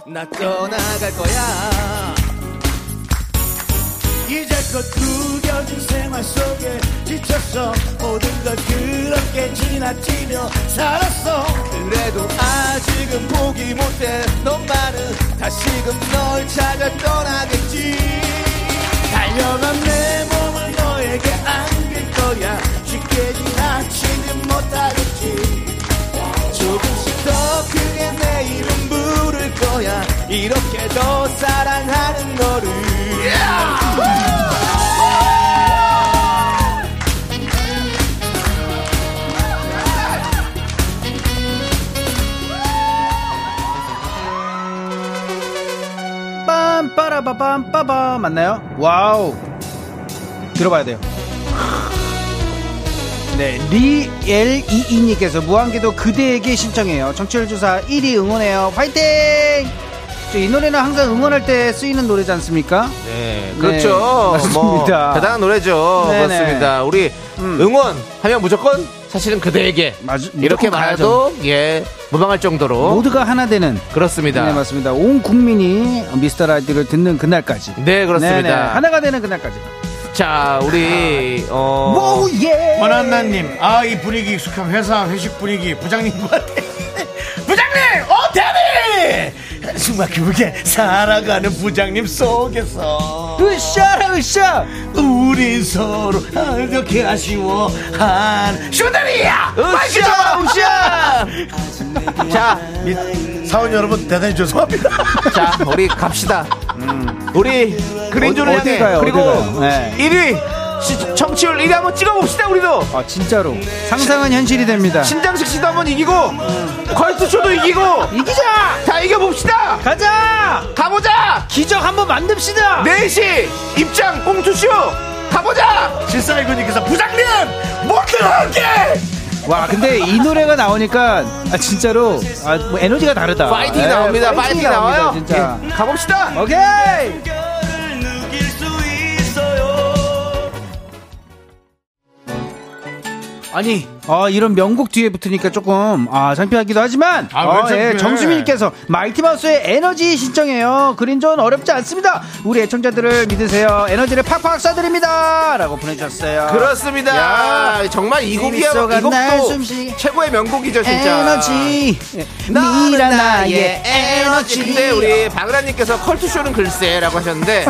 Speaker 4: 나 떠나갈 거야 이제껏 구겨진 생활 속에 지쳤어 모든 걸 그렇게 지나치며 살았어 그래도 아직은 포기 못해 너만은 다시금 널 찾아 떠나겠지 달려간 내 몸을 너에게 안길 거야 쉽게 지나치지 못하겠지 조금씩 더 크게 내 이름 부를 거야 이렇게 더 사랑하는 너를
Speaker 11: 빠밤 빠밤 맞나요? 와우 들어봐야 돼요 네, 리엘이이님께서 무한기도 그대에게 신청해요. 정치율 조사 1위 응원해요. 파이팅! 저이 노래는 항상 응원할 때 쓰이는 노래지 않습니까?
Speaker 2: 네,
Speaker 11: 네,
Speaker 2: 그렇죠. 뭐
Speaker 11: 맞습니다.
Speaker 2: 대단한 노래죠.
Speaker 11: 네네. 음.
Speaker 2: 맞습니다. 우리 응원하면 무조건 사실은 그대에게 이렇게
Speaker 11: 무조건
Speaker 2: 말해도 예 무방할 정도로
Speaker 11: 모두가 하나 되는
Speaker 2: 그렇습니다.
Speaker 11: 네, 맞습니다. 온 국민이 미스터 라디오를 듣는 그날까지.
Speaker 2: 네, 그렇습니다.
Speaker 11: 네네, 하나가 되는 그날까지.
Speaker 2: 자, 우리 어
Speaker 11: 오예
Speaker 1: 원한나님 아 이 분위기 익숙한 회사 회식 분위기 부장님 같아 부장님 어, 어태비 숨막히게 살아가는 부장님 속에서
Speaker 11: 으쌰라 으쌰
Speaker 1: 우린 서로 이렇게 아쉬워한 슈다리야 마이크 잡아
Speaker 2: 으쌰! 자,
Speaker 1: 미- 사원 여러분 대단히 죄송합니다
Speaker 2: 자, 우리 갑시다. 우리 그린존을
Speaker 11: 어-
Speaker 2: 향해
Speaker 11: 어디 가요, 어디
Speaker 2: 그리고
Speaker 11: 가요? 네.
Speaker 2: 1위 시, 청취율 1위 한번 찍어봅시다 우리도.
Speaker 11: 아 진짜로 상상은 현실이 됩니다.
Speaker 2: 신장식 씨도 한번 이기고 컬투쇼도 이기고
Speaker 11: 이기자
Speaker 2: 다 이겨봅시다.
Speaker 11: 가자
Speaker 2: 가보자.
Speaker 11: 기적 한번 만듭시다.
Speaker 2: 4시 입장 꽁투쇼 가보자.
Speaker 1: 실사일군님께서 부장님 못 들어올게
Speaker 11: 와 근데 이 노래가 나오니까 아, 진짜로 아, 뭐 에너지가 다르다.
Speaker 2: 파이팅
Speaker 11: 예,
Speaker 2: 나옵니다. 파이팅
Speaker 11: 나옵니다,
Speaker 2: 나와요.
Speaker 11: 진짜.
Speaker 2: 예, 가봅시다.
Speaker 11: 오케이.
Speaker 2: 아니
Speaker 11: 아 이런 명곡 뒤에 붙으니까 조금 아 창피하기도 하지만 어, 예,
Speaker 1: 아, 왜 창피해?
Speaker 11: 정수민께서 마이티마우스의 에너지 신청해요. 그린존 어렵지 않습니다. 우리 애청자들을 믿으세요. 에너지를 팍팍 쏴드립니다.라고 보내주셨어요.
Speaker 2: 그렇습니다. 정말 이 곡이야.
Speaker 11: 미소가
Speaker 2: 이 곡도
Speaker 11: 날 숨쉬게.
Speaker 2: 최고의 명곡이죠, 진짜.
Speaker 11: 에너지
Speaker 2: 나는
Speaker 11: 미라 나의
Speaker 2: 근데
Speaker 11: 에너지
Speaker 2: 우리 박은하님께서 컬투쇼는 글쎄라고 하셨는데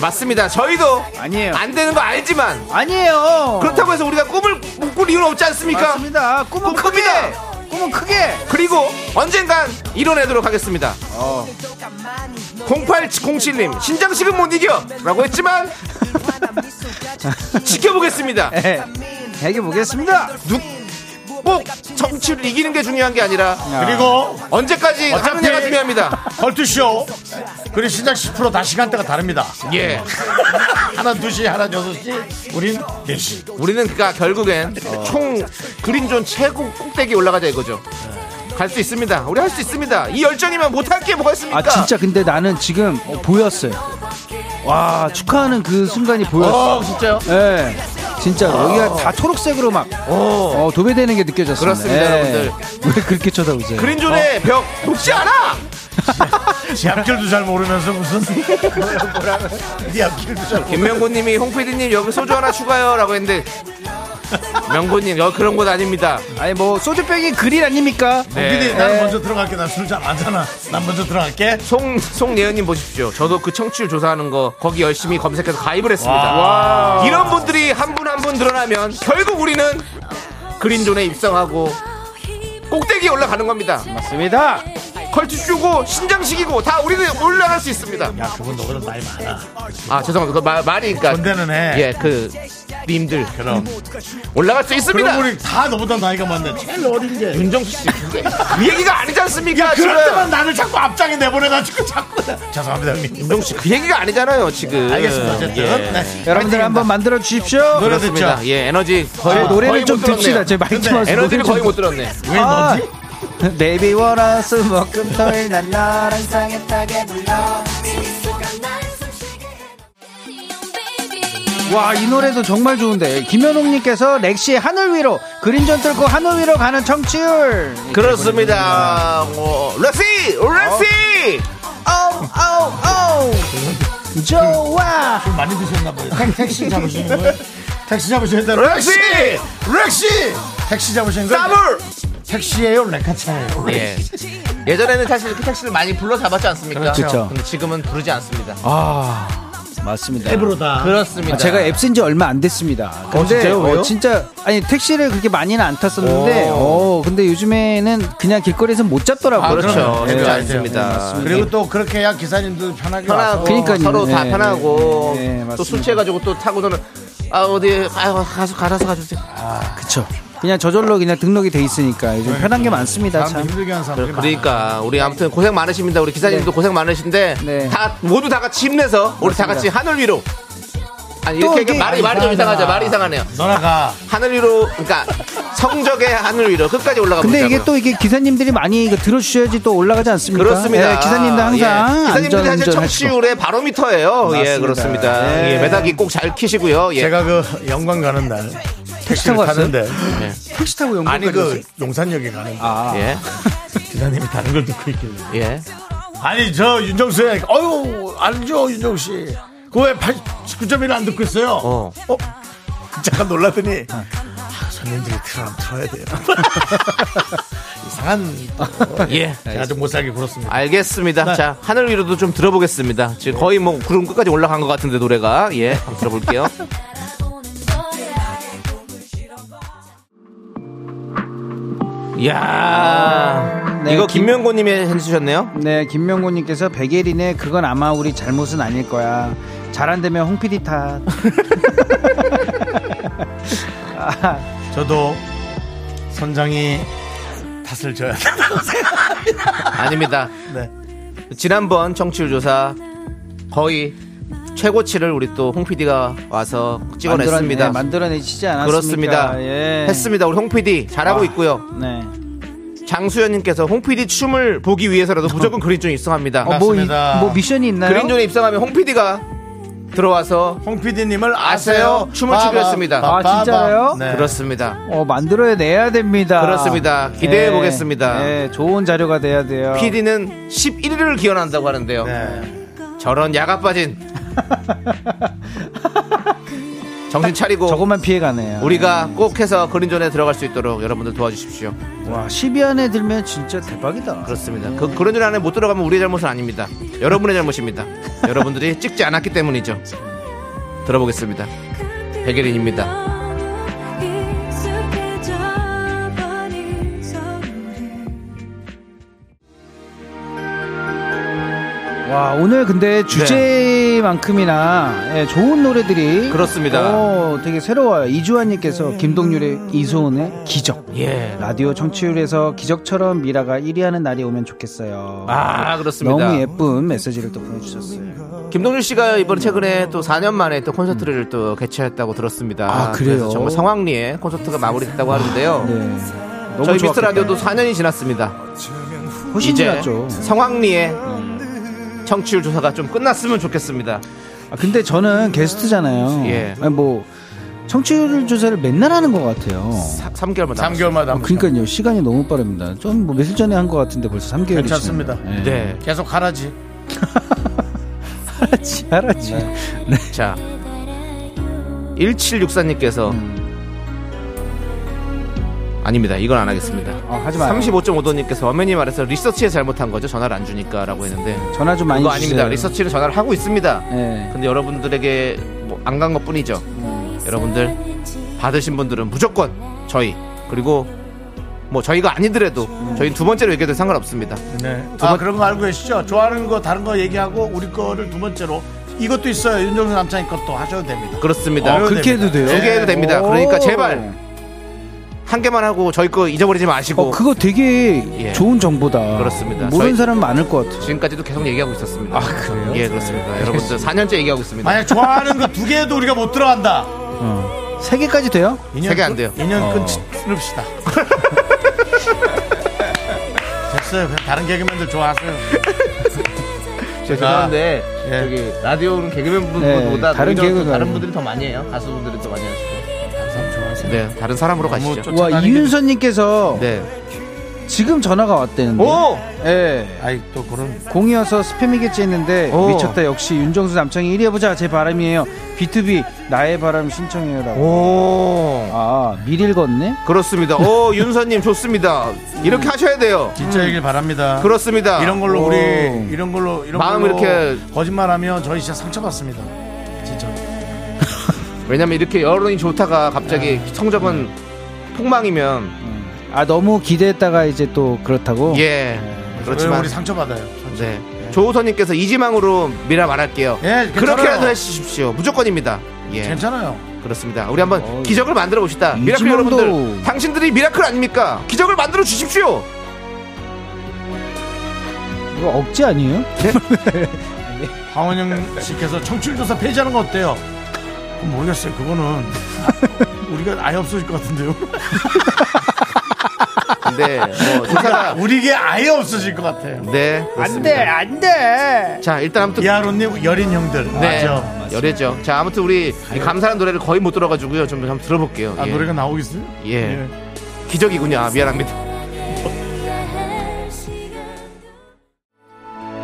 Speaker 2: 맞습니다. 저희도
Speaker 11: 아니에요.
Speaker 2: 안 되는 거 알지만
Speaker 11: 아니에요.
Speaker 2: 그렇다고 해서 우리가 꿈을 못 꿀 이유는 없지 않습니까?
Speaker 11: 맞습니다. 그러니까 꿈은
Speaker 2: 꿈
Speaker 11: 크게.
Speaker 2: 큽니다.
Speaker 11: 꿈은 크게.
Speaker 2: 그리고 언젠간 이뤄내도록 하겠습니다. 0807님 신장식은 못 이겨라고 했지만 지켜보겠습니다.
Speaker 11: 예. 얘기 보겠습니다.
Speaker 2: 그러니까. 꼭뭐 정치를 이기는 게 중요한 게 아니라
Speaker 1: 그리고
Speaker 2: 언제까지
Speaker 1: 어차피-
Speaker 2: 하느냐가 중요합니다.
Speaker 1: 컬투쇼 그리고 신작 10%다 시간대가 다릅니다
Speaker 2: 예,
Speaker 1: 하나 2시 하나 6시 우린 4시
Speaker 2: 우리는 그러니까 결국엔
Speaker 1: 어.
Speaker 2: 총 그린존 최고 꼭대기 올라가자 이거죠. 갈 수 있습니다. 우리 할 수 있습니다. 이 열정이면 못할 게 뭐가 있습니까?
Speaker 11: 아 진짜 근데 나는 지금 어, 보였어요. 와 축하하는 그 순간이 보였어.
Speaker 2: 어, 진짜요?
Speaker 11: 예. 진짜 여기가 다 초록색으로 막 어, 도배되는 게 느껴졌어요.
Speaker 2: 그렇습니다, 여러분들.
Speaker 11: 왜 그렇게 쳐다보세요?
Speaker 2: 그린존의 벽 높지 않아.
Speaker 1: 제 어. 앞길도 잘 모르면서 무슨 네 앞길도 잘 모르
Speaker 2: 김명곤님이 홍PD님 여기 소주 하나 추가요라고 했는데 명곤님 여기 그런 곳 아닙니다.
Speaker 11: 아니 뭐 소주병이 그릴 아닙니까?
Speaker 2: 네,
Speaker 11: 예.
Speaker 1: 근데 난 먼저 들어갈게 난 술 잘 안 마잖아 난 먼저 들어갈게
Speaker 2: 송 송예은님 보십시오. 저도 그 청취율 조사하는 거 거기 열심히 검색해서 가입을 했습니다. 이런 분들이 한 분 한 분 드러나면 결국 우리는 그린존에 입성하고 꼭대기에 올라가는 겁니다.
Speaker 11: 맞습니다.
Speaker 2: 컬투쇼고 신장식이고 다 우리는 올라갈 수 있습니다.
Speaker 1: 야 그건 너보다 나이 많아
Speaker 2: 아 죄송합니다. 그 말, 말이니까
Speaker 1: 존대는 해
Speaker 2: 예 그 님들
Speaker 1: 그럼
Speaker 2: 올라갈 수 있습니다.
Speaker 1: 그럼 우리 다 너보다 나이가 많네 제일 어린 게
Speaker 2: 윤정수 씨 그게 이 얘기가 아니지 않습니까? 지금
Speaker 1: 그럴 때만 나를 자꾸 앞장에 내보내가지고 자꾸 죄송합니다 형님
Speaker 2: 윤정수 씨 그 얘기가 아니잖아요 지금.
Speaker 1: 알겠습니다 어쨌든 네.
Speaker 11: 여러분들 한번 만들어 주십시오.
Speaker 1: 노래 듣죠
Speaker 2: 예. 그렇습니다. 예 에너지
Speaker 11: 제
Speaker 2: 거의
Speaker 11: 노래를
Speaker 2: 거의
Speaker 11: 좀
Speaker 2: 못 들었네요.
Speaker 11: 듭시다. 제
Speaker 1: 근데
Speaker 11: 마이크마스
Speaker 2: 에너지를 거의 못 들었네.
Speaker 1: 왜
Speaker 11: 아!
Speaker 1: 너지?
Speaker 11: 네비 월화수 목금 토일 난 너랑 상했다게 불러 와 이 노래도 정말 좋은데 김현웅님께서 렉시의 하늘 위로 그린존 뚫고 하늘 위로 가는 청취율
Speaker 2: 그렇습니다. 어, 레시, 레시.
Speaker 11: 오오오 Oh, 좋아
Speaker 1: 좀 많이 드셨나 봐요 택- 택시 잡으시는 거예요? 택시 잡으시는 대로
Speaker 2: 렉시!
Speaker 1: 렉시! 택시 잡으시는 거예요?
Speaker 2: 더블.
Speaker 1: 택시예요 레카차예요
Speaker 2: 예. 예전에는 사실 이렇게 택시를 많이 불러 잡았지 않습니까?
Speaker 11: 그렇죠.
Speaker 2: 근데 지금은 부르지 않습니다.
Speaker 11: 맞습니다
Speaker 1: 앱으로다
Speaker 2: 그렇습니다.
Speaker 11: 아. 제가 앱쓴 지 얼마 안 됐습니다. 근데
Speaker 2: 어,
Speaker 11: 어,
Speaker 2: 진짜요? 왜요?
Speaker 11: 진짜 아니 택시를 그렇게 많이는 안 탔었는데 어 근데 요즘에는 그냥 길거리에서 못 잡더라고요.
Speaker 2: 아, 그렇죠.
Speaker 11: 예,
Speaker 1: 네,
Speaker 2: 쉽지
Speaker 1: 네,
Speaker 2: 않습니다.
Speaker 1: 그리고 또 그렇게 해야 기사님도 편하게
Speaker 2: 편하고
Speaker 1: 와서
Speaker 11: 그러니까요.
Speaker 2: 서로 다
Speaker 11: 네,
Speaker 2: 편하고
Speaker 11: 네, 네,
Speaker 2: 또
Speaker 11: 맞습니다.
Speaker 2: 술 취해가지고 또 타고 저는 아 어디 아 가서 가서 가주세요.
Speaker 11: 그쵸. 그냥 저절로 그냥 등록이 돼 있으니까
Speaker 2: 네.
Speaker 11: 요즘 편한 게 많습니다. 참.
Speaker 2: 음. 그러니까 우리 아무튼 고생 많으십니다. 우리 기사님도 고생 많으신데 다 모두 다 같이 힘내서 우리 다 같이 하늘 위로. 아니
Speaker 1: 또
Speaker 2: 이렇게
Speaker 1: 이게
Speaker 2: 말이 말이 좀
Speaker 1: 이상하잖아.
Speaker 2: 이상하죠. 말이 이상하네요.
Speaker 1: 너나가
Speaker 2: 하늘 위로 그러니까 성적의 하늘 위로 끝까지 올라가 보자고요.
Speaker 11: 근데 이게 또 이게 기사님들이 많이 이거 들어주셔야지 또 올라가지 않습니까?
Speaker 2: 그렇습니다.
Speaker 11: 예, 기사님들 항상
Speaker 2: 예. 기사님들이
Speaker 11: 안전
Speaker 2: 사실
Speaker 11: 운전하시고.
Speaker 2: 청취율의 바로미터예요. 예,
Speaker 11: 맞습니다.
Speaker 2: 그렇습니다.
Speaker 11: 예.
Speaker 2: 예, 매닥이 꼭 잘 키시고요. 예.
Speaker 1: 제가 그 영광 가는 날 택시를
Speaker 2: 타고 왔어요?
Speaker 1: 타는데
Speaker 11: 택시 타고 영국
Speaker 1: 아니 그
Speaker 11: 가려고
Speaker 1: 용산역에 가는데
Speaker 2: 예.
Speaker 1: 기사님이 다른 걸 듣고 있길래
Speaker 2: 예.
Speaker 1: 아니 저 윤정수야 어유 알죠 윤정씨 그거 왜 89.1을 안 듣고 있어요 어. 잠깐 놀라더니 아, 손님들이 틀어면 틀어야 돼요 이상한 또.
Speaker 2: 예.
Speaker 1: 제가 좀 못살게 굴었습니다
Speaker 2: 알겠습니다.
Speaker 1: 네.
Speaker 2: 자, 하늘 위로도 좀 들어보겠습니다. 지금 거의 뭐 구름 끝까지 올라간 것 같은데 노래가. 예, 한번 들어볼게요. 이야.
Speaker 11: 네,
Speaker 2: 이거
Speaker 11: 김-
Speaker 2: 김명곤 님이 해주셨네요.
Speaker 11: 네, 김명곤님께서 백예린의 그건 아마 우리 잘못은 아닐 거야. 잘 안 되면 홍피디 탓.
Speaker 1: 저도 선장이 탓을 져야 된다고 생각합니다
Speaker 2: 아닙니다.
Speaker 1: 네.
Speaker 2: 지난번 청취율 조사 거의 최고치를 우리 또 홍 PD가 와서 찍어냈습니다.
Speaker 11: 만들어내- 만들어내시지 않았습니까?
Speaker 2: 그렇습니다.
Speaker 11: 예.
Speaker 2: 했습니다. 우리 홍 PD 잘하고
Speaker 11: 아,
Speaker 2: 있고요.
Speaker 11: 네.
Speaker 2: 장수현님께서 홍 PD 춤을 보기 위해서라도 무조건 그린존 입성합니다.
Speaker 11: 어, 뭐, 이- 뭐 미션이 있나요?
Speaker 2: 그린존에 입성하면 홍 PD가 들어와서 홍 PD님을 아세요? 춤을
Speaker 11: 빠밤,
Speaker 2: 추기로 했습니다.
Speaker 11: 아, 진짜요? 네.
Speaker 2: 그렇습니다.
Speaker 11: 어, 만들어야 내야 됩니다.
Speaker 2: 그렇습니다. 기대해 보겠습니다.
Speaker 11: 예, 예, 좋은 자료가 돼야 돼요.
Speaker 2: PD는 11위를 기원한다고 하는데요.
Speaker 11: 네.
Speaker 1: 네.
Speaker 2: 저런 야가 빠진 정신 차리고
Speaker 11: 저것만 피해가네요.
Speaker 2: 뭐 우리가 꼭 해서 그린존에 들어갈 수 있도록 여러분들 도와주십시오.
Speaker 11: 와, 10위 안에 들면 진짜 대박이다.
Speaker 2: 그렇습니다. 그 그린존 안에 못 들어가면 우리의 잘못은 아닙니다. 여러분의 잘못입니다. 여러분들이 찍지 않았기 때문이죠. 들어보겠습니다. 백예린입니다.
Speaker 11: 와, 오늘 근데
Speaker 2: 네.
Speaker 11: 주제만큼이나 예, 좋은 노래들이
Speaker 2: 그렇습니다.
Speaker 11: 오, 되게 새로워요. 이주환 님께서 김동률의 이소은의 기적.
Speaker 2: 예.
Speaker 11: 라디오 청취율에서 기적처럼 미라가 1위 하는 날이 오면 좋겠어요.
Speaker 2: 아, 그렇습니다.
Speaker 11: 너무 예쁜 메시지를 또 보내주셨어요.
Speaker 2: 김동률 씨가 이번 최근에 또 4년 만에 또 콘서트를 또 개최했다고 들었습니다.
Speaker 11: 아, 그래요? 아, 네.
Speaker 2: 서 정말 성황리에 콘서트가 마무리됐다고 하는데요.
Speaker 11: 너무
Speaker 2: 저희
Speaker 11: 좋았겠다.
Speaker 2: 미스 라디오도 4년이 지났습니다.
Speaker 11: 훨씬 지났죠.
Speaker 2: 성황리에 청취율 조사가 좀 끝났으면 좋겠습니다.
Speaker 11: 아, 근데 저는 게스트잖아요.
Speaker 2: 예.
Speaker 11: 아니, 뭐, 청취율 조사를 맨날 하는 것 같아요.
Speaker 2: 3개월만 남았
Speaker 1: 3개월마다
Speaker 11: 아, 그러니까요. 시간이 너무 빠릅니다. 좀 뭐 며칠 전에 한 것 같은데 벌써 3개월이
Speaker 1: 괜찮습니다.
Speaker 2: 네.
Speaker 1: 계속 하라지
Speaker 11: 알았지, 알았지.
Speaker 2: 네. 자, 1764님께서
Speaker 11: 음.
Speaker 2: 아닙니다. 이건 안 하겠습니다.
Speaker 11: 아, 하지 마요.
Speaker 2: 35.5도님께서 어머니 말해서 리서치에 잘못한 거죠. 전화를 안 주니까라고 했는데
Speaker 11: 전화 좀 많이
Speaker 2: 그거
Speaker 11: 주세요.
Speaker 2: 아닙니다. 리서치를 전화를 하고 있습니다.
Speaker 11: 예.
Speaker 2: 근데 여러분들에게 뭐 안 간 것 뿐이죠. 여러분들 받으신 분들은 무조건 저희 그리고 뭐 저희가 아니더라도
Speaker 11: 음.
Speaker 2: 저희 두 번째로 얘기해도 상관없습니다.
Speaker 1: 네. 아, 그런 거 알고 계시죠? 좋아하는 거 다른 거 얘기하고 우리 거를 두 번째로 이것도 있어요. 윤정수 남창희 것도 하셔도 됩니다.
Speaker 2: 그렇습니다.
Speaker 11: 아,
Speaker 1: 어, 그렇게
Speaker 11: 해도 돼요?
Speaker 2: 그렇게 해도 됩니다. 그러니까
Speaker 11: 오.
Speaker 2: 제발 한 개만 하고 저희 거 잊어버리지 마시고
Speaker 11: 어, 그거 되게
Speaker 2: 예.
Speaker 11: 좋은 정보다.
Speaker 2: 그렇습니다.
Speaker 11: 모르는
Speaker 2: 저희-
Speaker 11: 사람 많을 것 같아요.
Speaker 2: 지금까지도 계속 얘기하고 있었습니다.
Speaker 11: 아, 그래요? 네.
Speaker 2: 예, 그렇습니다. 여러분들 4년째 얘기하고 있습니다.
Speaker 1: 만약 좋아하는 거 두 개도 우리가 못 들어간다.
Speaker 11: 세 개까지 돼요?
Speaker 1: 인연
Speaker 2: 세개안
Speaker 1: 끊-
Speaker 2: 돼요.
Speaker 1: 인연 끊읍시다. 됐어요. 그냥 다른 개그맨들 좋아하세요.
Speaker 2: 죄송한데
Speaker 1: 예.
Speaker 2: 저기 라디오는
Speaker 11: 네,
Speaker 2: 개그맨분보다 다른
Speaker 11: 다른 개그가
Speaker 2: 다른
Speaker 11: 아니에요.
Speaker 2: 분들이 더 많이 해요. 가수분들이 더 많이 하시고. 네, 다른 사람으로 가시죠.
Speaker 11: 와, 이윤선님께서
Speaker 2: 그렇죠. 네.
Speaker 11: 지금 전화가 왔대는데.
Speaker 2: 오!
Speaker 11: 예.
Speaker 1: 아이 또 그런
Speaker 11: 공이어서 스팸이겠지 했는데
Speaker 2: 오.
Speaker 11: 미쳤다 역시 윤정수 남창이 1위 해보자 제 바람이에요 B2B 나의 바람 신청해요라고
Speaker 2: 오.
Speaker 11: 아 미리 읽었네
Speaker 2: 그렇습니다. 오, 윤서님 좋습니다. 이렇게 하셔야 돼요.
Speaker 1: 진짜 얘기를 바랍니다.
Speaker 2: 그렇습니다.
Speaker 1: 이런 걸로
Speaker 11: 오.
Speaker 1: 우리 이런 걸로 이런
Speaker 2: 마음
Speaker 1: 걸로
Speaker 2: 이렇게-
Speaker 1: 거짓말하면 저희 진짜 상처받습니다. 진짜.
Speaker 2: 왜냐면 이렇게 여론이 좋다가 갑자기
Speaker 1: 네.
Speaker 2: 성적은 폭망이면
Speaker 11: 아 너무 기대했다가 이제 또 그렇다고
Speaker 1: 왜
Speaker 2: 예. 그렇지만
Speaker 1: 어. 네. 우리 상처받아요.
Speaker 2: 네. 조우선님께서 이지망으로 미라 말할게요.
Speaker 1: 예, 괜찮아요.
Speaker 2: 그렇게라도 해주십시오. 무조건입니다. 예.
Speaker 1: 괜찮아요.
Speaker 2: 그렇습니다. 우리 한번 기적을 만들어 봅시다. 미라클 여러분들, 당신들이 미라클 아닙니까? 기적을 만들어 주십시오.
Speaker 11: 이거 억지 아니에요?
Speaker 1: 황원영 씨께서 청출조사 폐지하는 거 어때요? 그건 모르겠어요. 그거는 아, 우리가 아예 없어질 것 같은데요.
Speaker 2: 네. 뭐 조사가
Speaker 1: 그러니까 우리게 아예 없어질 것 같아요.
Speaker 2: 네.
Speaker 11: 안돼 안돼.
Speaker 2: 자 일단 아무튼
Speaker 1: 이하로님 여린 형들.
Speaker 2: 네.
Speaker 1: 맞아.
Speaker 2: 열애죠. 자 아무튼 우리 이 감사한 노래를 거의 못 들어가지고요. 좀 한번 들어볼게요.
Speaker 1: 아
Speaker 2: 예.
Speaker 1: 노래가 나오겠어요?
Speaker 2: 예. 기적이군요. 아, 미안합니다.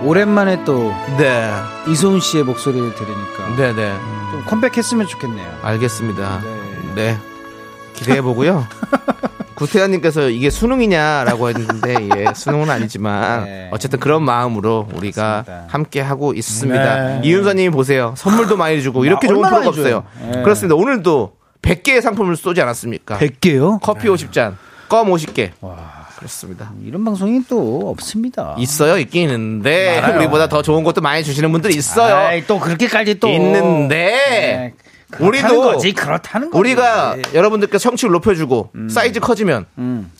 Speaker 11: 오랜만에 또
Speaker 2: 네.
Speaker 11: 이소은 씨의 목소리를 들으니까
Speaker 2: 네, 네.
Speaker 11: 좀 컴백했으면 좋겠네요.
Speaker 2: 알겠습니다. 네. 기대해 보고요. 구태환님께서 이게 수능이냐라고 했는데 예, 수능은 아니지만
Speaker 11: 네.
Speaker 2: 어쨌든 그런 마음으로 우리가 함께 하고 있습니다.
Speaker 1: 네.
Speaker 2: 이윤서님이 보세요. 선물도 많이 주고 이렇게
Speaker 11: 아,
Speaker 2: 좋은
Speaker 11: 얼마나
Speaker 2: 프로가 없어요.
Speaker 11: 해줘요. 네.
Speaker 2: 그렇습니다. 오늘도 100개의 상품을 쏘지 않았습니까?
Speaker 11: 100개요?
Speaker 2: 커피 50잔, 껌 50개. 그렇습니다.
Speaker 11: 이런 방송이 또 없습니다.
Speaker 2: 있어요, 있긴 있는데
Speaker 11: 많아요.
Speaker 2: 우리보다 더 좋은 것도 많이 주시는 분들이 있어요.
Speaker 11: 아이, 또 그렇게까지 또
Speaker 2: 있는데
Speaker 11: 네, 그렇다는
Speaker 2: 우리도
Speaker 11: 거지 그렇다는 거지. 예,
Speaker 2: 우리가 여러분들께 성취를 높여주고
Speaker 11: 음.
Speaker 2: 사이즈 커지면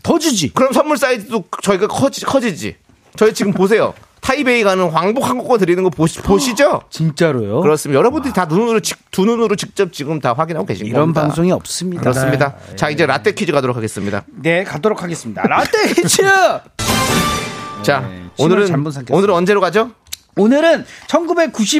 Speaker 11: 더 주지.
Speaker 2: 그럼 선물 사이즈도 저희가 커지, 커지지. 저희 지금 보세요. 타이베이 가는 왕복 항공권 드리는 거 보시, 보시죠?
Speaker 11: 진짜로요?
Speaker 2: 그렇습니다. 여러분들이 다 눈으로 직- 두 눈으로 직접 지금 다 확인하고 계신
Speaker 11: 아. 이런
Speaker 2: 겁니다.
Speaker 11: 방송이 없습니다. 예.
Speaker 2: 그렇습니다. 자 이제 라떼 퀴즈 가도록 하겠습니다.
Speaker 11: 네 가도록 하겠습니다. 라떼 히츠.
Speaker 2: 자
Speaker 11: 침을
Speaker 2: 오늘은
Speaker 11: 잘못 삼켰어요.
Speaker 2: 오늘은 언제로 가죠?
Speaker 11: 오늘은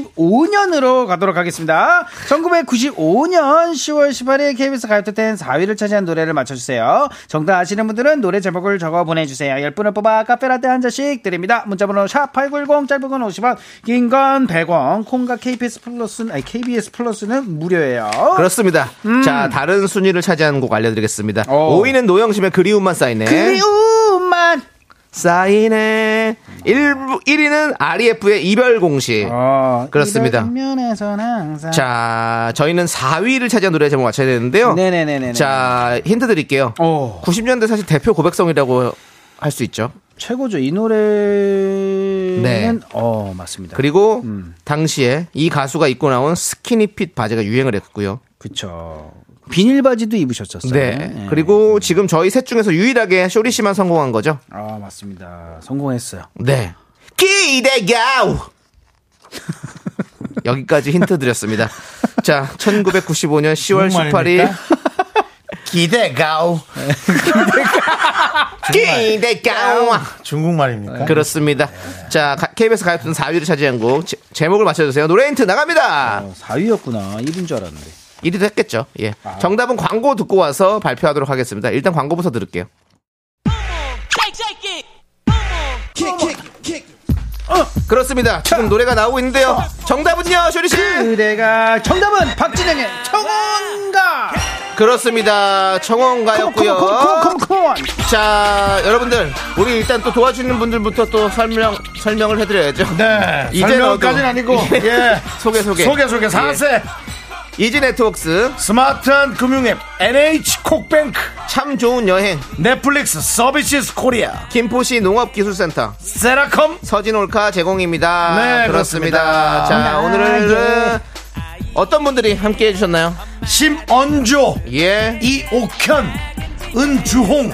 Speaker 11: 1995년으로 가도록 하겠습니다. 1995년 10월 18일 KBS 가요톱텐 4위를 차지한 노래를 맞춰주세요. 정답 아시는 분들은 노래 제목을 적어 보내주세요. 10분을 뽑아 카페라떼 한 잔씩 드립니다. 문자번호 샵8910 짧은 건 50원, 긴 건 100원, 콩과 KBS 플러스는, 아니, KBS 플러스는 무료예요.
Speaker 2: 그렇습니다.
Speaker 11: 음.
Speaker 2: 자 다른 순위를 차지하는 곡 알려드리겠습니다.
Speaker 11: 오.
Speaker 2: 5위는 노영심의 그리움만 쌓이네.
Speaker 11: 그리움만
Speaker 2: 쌓이네. 1, 1위는 REF의 이별
Speaker 11: 아.
Speaker 2: 공식. 어, 그렇습니다.
Speaker 11: 이런 면에선 항상.
Speaker 2: 자, 저희는 4위를 차지한 노래 제목 맞춰야 되는데요.
Speaker 11: 네네네네. 어.
Speaker 2: 자, 힌트 드릴게요. 90년대 사실 대표 고백성이라고 할 수 있죠.
Speaker 11: 최고죠. 이 노래는
Speaker 2: 네.
Speaker 11: 어 맞습니다.
Speaker 2: 그리고
Speaker 11: 음.
Speaker 2: 당시에 이 가수가 입고 나온 스키니핏 바지가 유행을 했고요.
Speaker 11: 그쵸. 비닐 바지도 입으셨었어요.
Speaker 2: 네.
Speaker 11: 예.
Speaker 2: 그리고 지금 저희 셋 중에서 유일하게 쇼리 씨만 성공한 거죠.
Speaker 11: 아 맞습니다. 성공했어요.
Speaker 2: 네. 기대가 여기까지 힌트 드렸습니다. 자, 1995년 10월
Speaker 1: 무슨
Speaker 2: 18일
Speaker 1: 말입니까? 기대가오.
Speaker 2: 기대가
Speaker 1: 중국말입니까?
Speaker 2: 그렇습니다. 자, 가- KBS 가요톱 4위를 차지한 곡 제- 제목을 맞춰주세요. 노래 힌트 나갑니다.
Speaker 11: 4위였구나. 1인 어, 줄 알았는데.
Speaker 2: 1위도 했겠죠. 예.
Speaker 1: 아.
Speaker 2: 정답은 광고 듣고 와서 발표하도록 하겠습니다. 일단 광고부터 들을게요. 그렇습니다. 지금 노래가 나오고 있는데요. 정답은요, 쇼리 씨.
Speaker 11: 그대가 정답은 박진영의 청혼가.
Speaker 2: 예. 그렇습니다. 청원가였고요.
Speaker 11: 컴온.
Speaker 2: 자, 여러분들, 우리 일단 또 도와주는 분들부터 또 설명 설명을 해드려야죠.
Speaker 1: 네.
Speaker 2: 이제
Speaker 1: 설명까지는 아니고
Speaker 2: 너도.
Speaker 1: 예.
Speaker 2: 소개 소개
Speaker 1: 소개 소개
Speaker 2: 예.
Speaker 1: 4세
Speaker 2: 이지 네트웍스
Speaker 1: 스마트한 금융앱 NH 콕뱅크
Speaker 2: 참 좋은 여행
Speaker 1: 넷플릭스 서비스 코리아
Speaker 2: 김포시 농업기술센터
Speaker 1: 세라컴
Speaker 2: 서진올카 제공입니다.
Speaker 1: 네,
Speaker 2: 그렇습니다. 아, 예.
Speaker 1: 그렇습니다.
Speaker 2: 자, 오늘은 어떤 분들이 함께 해주셨나요?
Speaker 1: 심언조
Speaker 2: 예.
Speaker 1: 이옥현 은주홍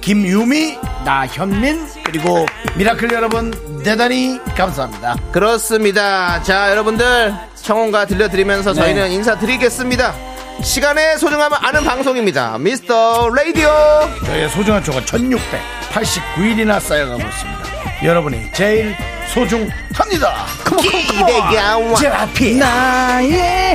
Speaker 1: 김유미 나현민 그리고 미라클 여러분 대단히 감사합니다.
Speaker 2: 그렇습니다. 자, 여러분들 청혼가 들려드리면서 저희는 인사드리겠습니다. 시간의 소중함을 아는 방송입니다. 미스터 라디오.
Speaker 1: 저의 소중한 초가 1689일이나 쌓여가고 있습니다. 여러분이 제일 소중합니다.
Speaker 2: 기대가 와.
Speaker 1: 제라피
Speaker 11: 나의